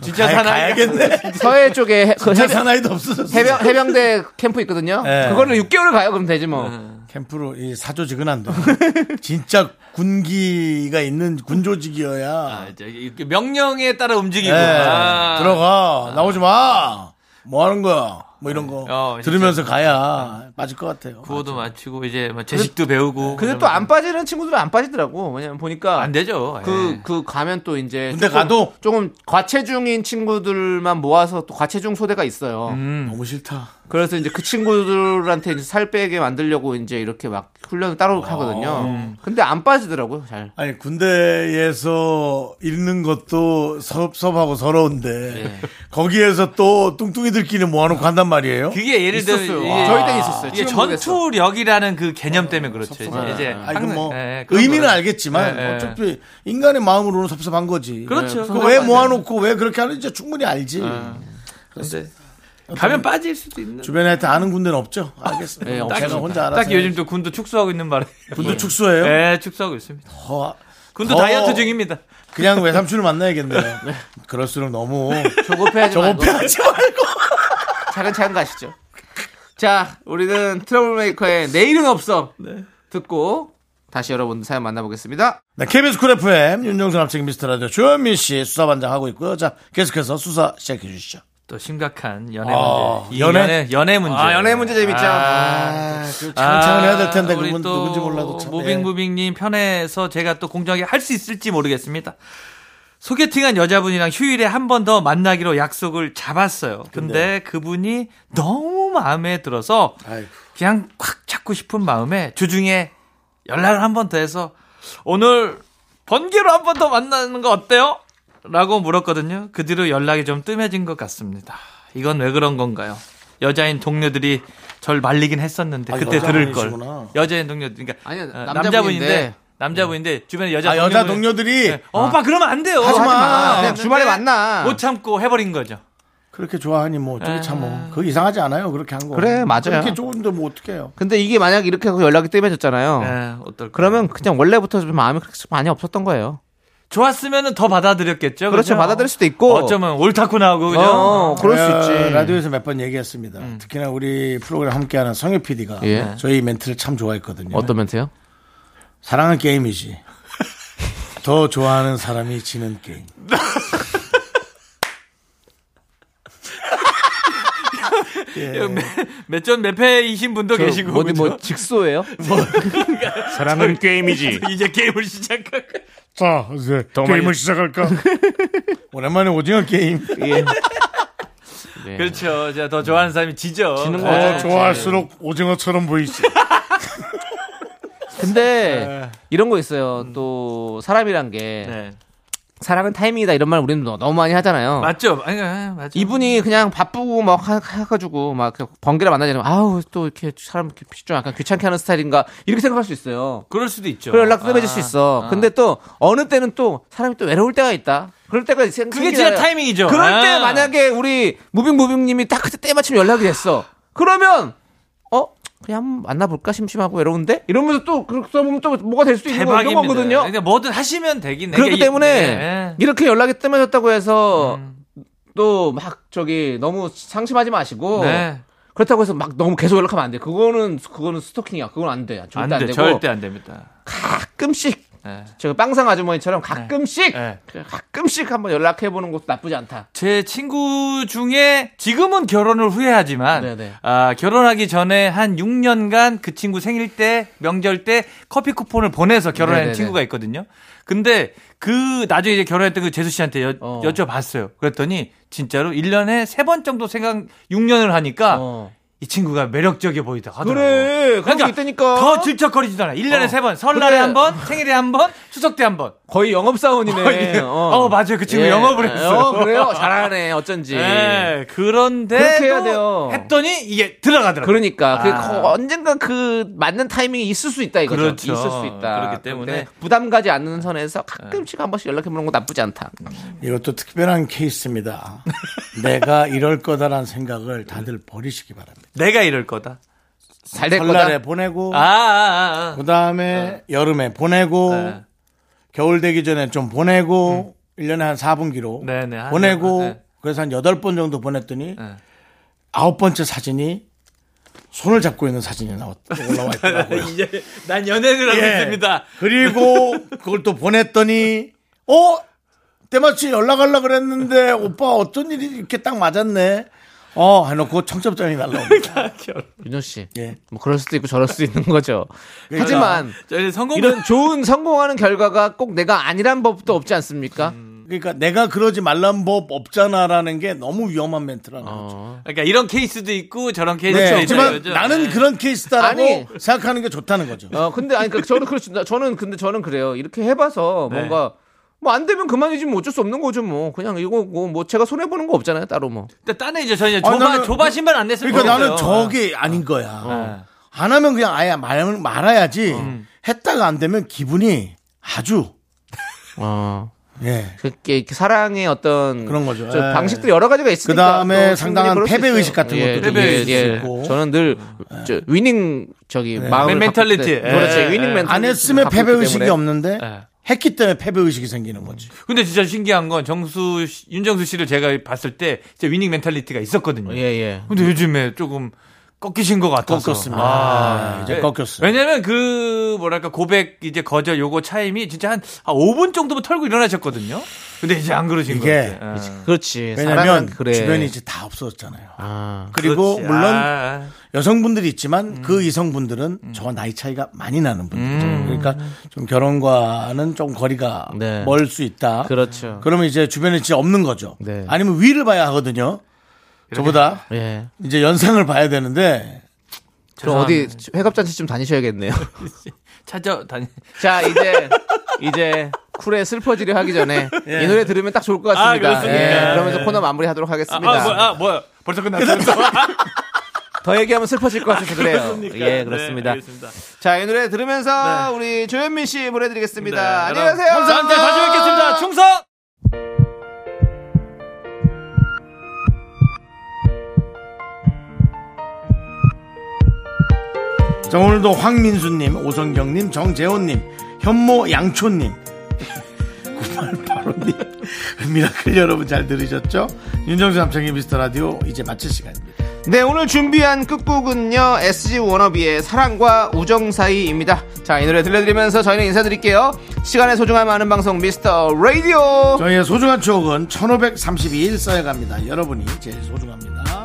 Speaker 9: 진짜
Speaker 1: 가야-
Speaker 9: 사나이.
Speaker 1: 가야겠네.
Speaker 2: 서해 쪽에 해,
Speaker 1: 진짜 사나이도 없어졌어.
Speaker 2: 해병, 해병대 캠프 있거든요.
Speaker 9: 예.
Speaker 1: 네.
Speaker 2: 그거를 6개월을 가요. 그럼 되지 뭐.
Speaker 1: 캠프로 이 사조직은 안 돼. 진짜 군기가 있는 군조직이어야
Speaker 9: 아, 이제 이렇게 명령에 따라 움직이고.
Speaker 1: 네,
Speaker 9: 아.
Speaker 1: 들어가 나오지 마. 뭐 하는 거야? 뭐 이런 거
Speaker 9: 어, 진짜.
Speaker 1: 들으면서 가야 빠질 것 같아요.
Speaker 9: 구호도 맞추고 이제 뭐 제식도 배우고.
Speaker 2: 근데 또 안 빠지는 친구들은 안 빠지더라고. 왜냐면 보니까
Speaker 9: 안 되죠.
Speaker 2: 그,
Speaker 9: 예.
Speaker 2: 그 가면 또 이제.
Speaker 1: 군대
Speaker 2: 조금-
Speaker 1: 가도?
Speaker 2: 조금 과체중인 친구들만 모아서 또 과체중 소대가 있어요.
Speaker 1: 아,
Speaker 9: 음.
Speaker 1: 너무 싫다.
Speaker 2: 그래서 이제 그 친구들한테 이제 살 빼게 만들려고 이제 이렇게 막 훈련을 따로
Speaker 9: 음.
Speaker 2: 하거든요. 근데 안 빠지더라고요, 잘.
Speaker 1: 아니 군대에서 읽는 것도 섭섭하고 서러운데
Speaker 9: 네.
Speaker 1: 거기에서 또 뚱뚱이들끼리 모아놓고 한단 말이에요.
Speaker 9: 그게
Speaker 2: 네,
Speaker 9: 예를 들어
Speaker 2: 있었어요.
Speaker 9: 이게-
Speaker 2: 와. 저희 때 있었어요.
Speaker 9: 이게
Speaker 2: 지금 모르겠어.
Speaker 9: 전투력이라는 그 개념 때문에 그렇죠.
Speaker 1: 섭섭하다.
Speaker 9: 이제, 이제
Speaker 1: 아, 이건
Speaker 9: 항상-
Speaker 1: 뭐
Speaker 9: 예, 그런
Speaker 1: 의미는
Speaker 9: 거는.
Speaker 1: 알겠지만
Speaker 9: 예, 예.
Speaker 1: 어차피 인간의 마음으로는 섭섭한 거지.
Speaker 9: 그렇죠. 네.
Speaker 1: 그거 왜 모아놓고 왜 그렇게 하는지 충분히 알지.
Speaker 9: 근데 가면 빠질 수도 있는.
Speaker 1: 주변에 하여튼 아는 군대는 없죠. 알겠습니다.
Speaker 2: 예,
Speaker 1: 제가
Speaker 2: 없습니다.
Speaker 1: 혼자 알아서.
Speaker 9: 네, 딱히 요즘 또 군도 축소하고 있는 말에.
Speaker 1: 군대 축소예요.
Speaker 9: 예, 축소하고 있습니다.
Speaker 1: 더-
Speaker 9: 군도
Speaker 1: 더
Speaker 9: 다이어트 중입니다.
Speaker 1: 그냥 외삼촌을 만나야겠네요. 그럴수록 너무
Speaker 2: 조급해하지 말고
Speaker 9: 네.
Speaker 1: 저급해하지 말고.
Speaker 2: 차근차근 가시죠. 자, 우리는 트러블메이커의 내일은 없어 듣고 다시 여러분들 사연 만나보겠습니다.
Speaker 1: 네, KBS 쿨 FM 윤정수 남친 미스터 라디오 조현민 씨 수사반장 하고 있고요. 자 계속해서 수사 시작해 주시죠.
Speaker 9: 또 심각한 연애
Speaker 1: 아,
Speaker 9: 문제. 이
Speaker 1: 연애?
Speaker 9: 연애 연애 문제.
Speaker 2: 아, 연애 문제 재밌죠. 네.
Speaker 1: 아, 창창을 해야 될 텐데
Speaker 9: 그 우리
Speaker 1: 그분
Speaker 9: 또
Speaker 1: 누군지 몰라도 참. 예.
Speaker 9: 무빙무빙님 편에서 제가 또 공정하게 할 수 있을지 모르겠습니다. 소개팅한 여자분이랑 휴일에 한 번 더 만나기로 약속을 잡았어요. 근데 그분이 너무 마음에 들어서
Speaker 1: 아이고.
Speaker 9: 그냥 콱 잡고 싶은 마음에 주중에 연락을 한 번 더 해서 오늘 번개로 한 번 더 만나는 거 어때요? 라고 물었거든요. 그 뒤로 연락이 좀 뜸해진 것 같습니다. 이건 왜 그런 건가요? 여자인 동료들이 절 말리긴 했었는데
Speaker 1: 아,
Speaker 9: 그때 들을 걸.
Speaker 1: 여자분이시구나.
Speaker 9: 여자인 동료 그러니까
Speaker 2: 아니요,
Speaker 9: 어,
Speaker 2: 남자분인데.
Speaker 9: 남자분인데 주변에 여자
Speaker 1: 아 여자
Speaker 9: 동료분이-
Speaker 1: 동료들이
Speaker 9: 네. 어, 오빠 그러면 안 돼요.
Speaker 1: 하지 마.
Speaker 2: 그냥 주말에 만나.
Speaker 9: 네. 못 참고 해버린 거죠.
Speaker 1: 그렇게 좋아하니 뭐 저기 참뭐 그거 이상하지 않아요 그렇게 한 거.
Speaker 2: 그래, 맞아요.
Speaker 1: 그렇게 좋은데 뭐 어떡해요.
Speaker 2: 근데 이게 만약 이렇게 하고 연락이 뜸해졌잖아요.
Speaker 9: 네, 어떨
Speaker 2: 그러면 그냥 원래부터 좀 마음이 그렇게 많이 없었던 거예요.
Speaker 9: 좋았으면 더 받아들였겠죠.
Speaker 8: 그렇죠.
Speaker 9: 그죠?
Speaker 8: 받아들일 수도 있고.
Speaker 9: 어쩌면 옳다구나 하고 그죠.
Speaker 8: 어, 그럴 수
Speaker 1: 제가
Speaker 8: 있지.
Speaker 1: 라디오에서 몇 번 얘기했습니다.
Speaker 9: 음.
Speaker 1: 특히나 우리 프로그램 함께하는 성유 PD가
Speaker 2: 예.
Speaker 1: 저희 멘트를 참 좋아했거든요.
Speaker 2: 어떤 멘트요?
Speaker 1: 사랑은 게임이지. 더 좋아하는 사람이 지는 게임. 예,
Speaker 9: 몇 전 몇 회이신 분도 계시고
Speaker 2: 어디
Speaker 9: 그죠?
Speaker 2: 뭐 직소예요?
Speaker 3: 사랑은 게임이지.
Speaker 9: 이제 게임을 시작할 거예요.
Speaker 1: 자, 이제 게임을 시작할까? 오랜만에 오징어 게임.
Speaker 2: 네.
Speaker 9: 그렇죠. 제가 더 좋아하는 사람이 지죠. 네. 지는
Speaker 2: 음. 거 같아요.
Speaker 1: 좋아할수록 오징어처럼 보이지.
Speaker 2: 근데 이런 거 있어요. 또 사람이란 게
Speaker 9: 네.
Speaker 2: 사랑은 타이밍이다 이런 말 우리는 너- 너무 많이 하잖아요.
Speaker 9: 맞죠. 아니, 아, 맞죠.
Speaker 2: 이분이 그냥 바쁘고 막 하- 해가지고 막 번개를 만나자면 아우 또 이렇게 사람 이렇게 좀 약간 귀찮게 하는 스타일인가 이렇게 생각할 수 있어요.
Speaker 9: 그럴 수도 있죠.
Speaker 2: 그래 연락 끊어질
Speaker 9: 아,
Speaker 2: 수 있어.
Speaker 9: 아.
Speaker 2: 근데 또 어느 때는 또 사람이 또 외로울 때가 있다. 그럴 때가 생
Speaker 9: 그게
Speaker 2: 생기잖아요.
Speaker 9: 진짜 타이밍이죠.
Speaker 2: 그럴
Speaker 9: 아.
Speaker 2: 때 만약에 우리 무빙 무빙님이 딱 그때 때마침 연락이 됐어. 그러면 어 그냥 한번 만나볼까 심심하고 외로운데 이러면서 또 그렇게 써보면 또 뭐가 될 수도 있는 거 이런
Speaker 9: 대박입니다.
Speaker 2: 거거든요.
Speaker 9: 그러니까 뭐든 하시면 되긴 해.
Speaker 2: 그렇기
Speaker 9: 이게-
Speaker 2: 때문에
Speaker 9: 네. 음.
Speaker 2: 이렇게 연락이 뜸해졌다고 해서 또 막 저기 너무 상심하지 마시고
Speaker 9: 네.
Speaker 2: 그렇다고 해서 막 너무 계속 연락하면 안 돼. 그거는 그거는 스토킹이야. 그건 안 돼. 절대 안,
Speaker 9: 안 돼.
Speaker 2: 되고
Speaker 9: 절대 안 됩니다.
Speaker 2: 가끔씩
Speaker 9: 네.
Speaker 2: 제가 빵상 아주머니처럼 가끔씩
Speaker 9: 네.
Speaker 2: 가끔씩 한번 연락해 보는 것도 나쁘지 않다.
Speaker 9: 제 친구 중에 지금은 결혼을 후회하지만
Speaker 2: 네네.
Speaker 9: 아, 결혼하기 전에 한 6년간 그 친구 생일 때 명절 때 커피 쿠폰을 보내서 결혼한
Speaker 2: 네네네.
Speaker 9: 친구가 있거든요. 근데 그 나중에 이제 결혼했던 그 재수 씨한테 여,
Speaker 2: 어.
Speaker 9: 쭤봤어요 그랬더니 진짜로 1년에 3번 정도 생각 6년을 하니까
Speaker 2: 어.
Speaker 9: 이 친구가 매력적이어 보이다 하더라고. 그러니까
Speaker 2: 그래, 그런 게 있다니까.
Speaker 9: 더 질척거리지도 않아. 1년에
Speaker 2: 어.
Speaker 9: 세 3번. 설날에
Speaker 2: 근데-
Speaker 9: 한 번, 생일에 한 번, 추석 때 한 번.
Speaker 2: 거의 영업 사원이네.
Speaker 9: 어, 맞아요. 그 친구 영업을 했어.
Speaker 2: 어, 그래요? 잘하네. 어쩐지.
Speaker 9: 예, 그런데
Speaker 2: 그렇게 해야 돼요.
Speaker 9: 했더니 이게 들어가더라고요.
Speaker 2: 그러니까 그
Speaker 9: 아.
Speaker 2: 거- 언젠가 그 맞는 타이밍이 있을 수 있다 이거죠.
Speaker 9: 그렇죠.
Speaker 2: 있을 수 있다.
Speaker 9: 그렇기 때문에. 네.
Speaker 2: 부담 가지 않는 선에서 가끔씩 한 번씩 연락해 보는 거 나쁘지 않다.
Speaker 1: 이것도 특별한 케이스입니다. 내가 이럴 거다라는 생각을 다들 버리시기 바랍니다.
Speaker 9: 내가 이럴 거다.
Speaker 2: 잘 될
Speaker 1: 설날에
Speaker 2: 거다.
Speaker 1: 보내고,
Speaker 9: 아, 아, 아, 아.
Speaker 1: 그 다음에 여름에 보내고,
Speaker 9: 네.
Speaker 1: 겨울 되기 전에 좀 보내고, 일 1년에 한 4분기로
Speaker 9: 음. 네, 네, 한
Speaker 1: 보내고,
Speaker 9: 네.
Speaker 1: 그래서 한 8번 정도 보냈더니,
Speaker 9: 네.
Speaker 1: 아홉 번째 사진이 손을 잡고 있는 사진이 나왔, 올라와 있더라고요.
Speaker 9: 이제 난 연애를 하고
Speaker 1: 예.
Speaker 9: 있습니다.
Speaker 1: 그리고 그걸 또 보냈더니 어 때마침 연락하려 그랬는데 오빠 어쩐 일이 이렇게 딱 맞았네. 어 해놓고 청첩장이 날라옵니다.
Speaker 2: 윤호 씨.
Speaker 1: 예. 그러니까.
Speaker 2: 뭐 그럴 수도 있고 저럴 수도 있는 거죠. 하지만
Speaker 9: 저희
Speaker 1: 음.
Speaker 9: 성공
Speaker 2: 이런 좋은 성공하는 결과가 꼭 내가 아니란 법도 없지 않습니까?
Speaker 1: 그러니까 내가 그러지 말란 법 없잖아라는 게 너무 위험한 멘트라는 거죠.
Speaker 9: 그러니까 이런 케이스도 있고 저런 케이스도
Speaker 1: 네,
Speaker 9: 있다.
Speaker 1: 하지만
Speaker 9: 이거죠.
Speaker 1: 나는
Speaker 9: 네.
Speaker 1: 그런 케이스다라고
Speaker 2: 아니.
Speaker 1: 생각하는 게 좋다는 거죠.
Speaker 2: 어 근데 아니 그러니까 저는 그렇지 저는 근데 저는 그래요. 이렇게 해봐서
Speaker 9: 네.
Speaker 2: 뭔가 뭐 안 되면 그만이지 뭐 어쩔 수 없는 거죠 뭐 그냥 이거 뭐, 뭐 제가 손해 보는 거 없잖아요 따로 뭐.
Speaker 9: 근데 딴에 이제 저희
Speaker 1: 아니,
Speaker 9: 조바
Speaker 1: 나는-
Speaker 9: 조바 신발 안 냈으면
Speaker 1: 그러니까 나는
Speaker 9: 좋겠어요.
Speaker 1: 저게 아닌 거야. 안 하면 그냥 아예 말, 말아야지. 했다가 안 되면 기분이 아주
Speaker 2: 어.
Speaker 1: 예
Speaker 2: 그게 이렇게 사랑의 어떤
Speaker 1: 그런 거죠.
Speaker 2: 저
Speaker 1: 예.
Speaker 2: 방식들이 여러 가지가 있으니까
Speaker 1: 그다음에
Speaker 2: 또 충분히
Speaker 1: 상당한
Speaker 2: 그럴 수
Speaker 1: 패배
Speaker 2: 있어요.
Speaker 1: 의식 같은 것도 좀
Speaker 9: 패배
Speaker 2: 예,
Speaker 9: 의식이
Speaker 2: 예.
Speaker 1: 있고. 예.
Speaker 2: 저는 늘 저, 위닝 저기 마음을
Speaker 9: 맨-
Speaker 2: 갖고 있-
Speaker 9: 멘탈리티.
Speaker 2: 네, 그렇지
Speaker 9: 예,
Speaker 2: 위닝
Speaker 9: 예.
Speaker 2: 멘탈리티
Speaker 1: 안 했으면
Speaker 2: 갖고
Speaker 1: 패배
Speaker 2: 있기
Speaker 1: 의식이
Speaker 2: 때문에.
Speaker 1: 없는데
Speaker 9: 예. 음,
Speaker 1: 했기 때문에 패배 의식이 생기는 거지.
Speaker 9: 근데 진짜 신기한 건 정수 씨- 윤정수 씨를 제가 봤을 때 진짜 위닝 멘탈리티가 있었거든요.
Speaker 2: 예 예.
Speaker 9: 근데 요즘에 조금 꺾이신 것 그렇죠. 같아서.
Speaker 1: 꺾었습니다. 아, 이제
Speaker 9: 네.
Speaker 1: 꺾였어요.
Speaker 9: 왜냐면 그 뭐랄까 고백 이제 거절 요거 차임이 진짜 한 5분 정도면 털고 일어나셨거든요. 근데 이제 안 그러신 거
Speaker 1: 이게
Speaker 9: 같아요. 예.
Speaker 2: 그렇지.
Speaker 1: 왜냐면
Speaker 2: 사랑은 그래.
Speaker 1: 주변이 이제 다 없어졌잖아요.
Speaker 2: 아.
Speaker 1: 그리고
Speaker 9: 그렇지.
Speaker 1: 물론
Speaker 9: 아,
Speaker 1: 여성분들이
Speaker 2: 음.
Speaker 1: 있지만 그 이성분들은 저와 나이 차이가 많이 나는 분들이죠. 그러니까 좀 결혼과는 좀 거리가
Speaker 2: 음. 네.
Speaker 1: 멀 수 있다.
Speaker 2: 그렇죠.
Speaker 1: 그러면 이제 주변에 진짜 없는 거죠.
Speaker 2: 네.
Speaker 1: 아니면 위를 봐야 하거든요. 저보다
Speaker 2: 예.
Speaker 1: 이제 연상을 봐야 되는데
Speaker 2: 그럼 어디 회갑잔치 좀 다니셔야겠네요.
Speaker 9: 찾아다니.
Speaker 2: 자 이제 이제 쿨의 슬퍼지려 하기 전에 이 노래 들으면 딱 좋을 것 같습니다.
Speaker 9: 예. 아, 그렇습니까?
Speaker 2: 예, 그러면서
Speaker 9: 예.
Speaker 2: 코너 마무리하도록
Speaker 9: 아, 아,
Speaker 2: 하겠습니다.
Speaker 9: 뭐야, 아, 뭐야. 벌써 끝났어.
Speaker 2: 더 얘기하면 슬퍼질 것 같아서 그래요. 예
Speaker 9: 네,
Speaker 2: 그렇습니다.
Speaker 9: 알겠습니다.
Speaker 2: 자 이 노래 들으면서 우리 조현민 씨 보내드리겠습니다.
Speaker 9: 네,
Speaker 2: 안녕히 가세요.
Speaker 9: 여러분, 다음 주에 다시 뵙겠습니다. 충성!
Speaker 1: 자, 오늘도 황민수님, 오성경님, 정재호님, 현모 양초님, 바로님. 미라클 여러분 잘 들으셨죠? 윤정수 남창의 미스터 라디오 이제 마칠 시간입니다.
Speaker 2: 네, 오늘 준비한 끝곡은요, SG 워너비의 사랑과 우정 사이입니다. 자, 이 노래 들려드리면서 저희는 인사드릴게요. 시간의 소중함 아는 방송, 미스터 라디오!
Speaker 1: 저희의 소중한 추억은 1532일 쌓여갑니다. 여러분이 제일 소중합니다.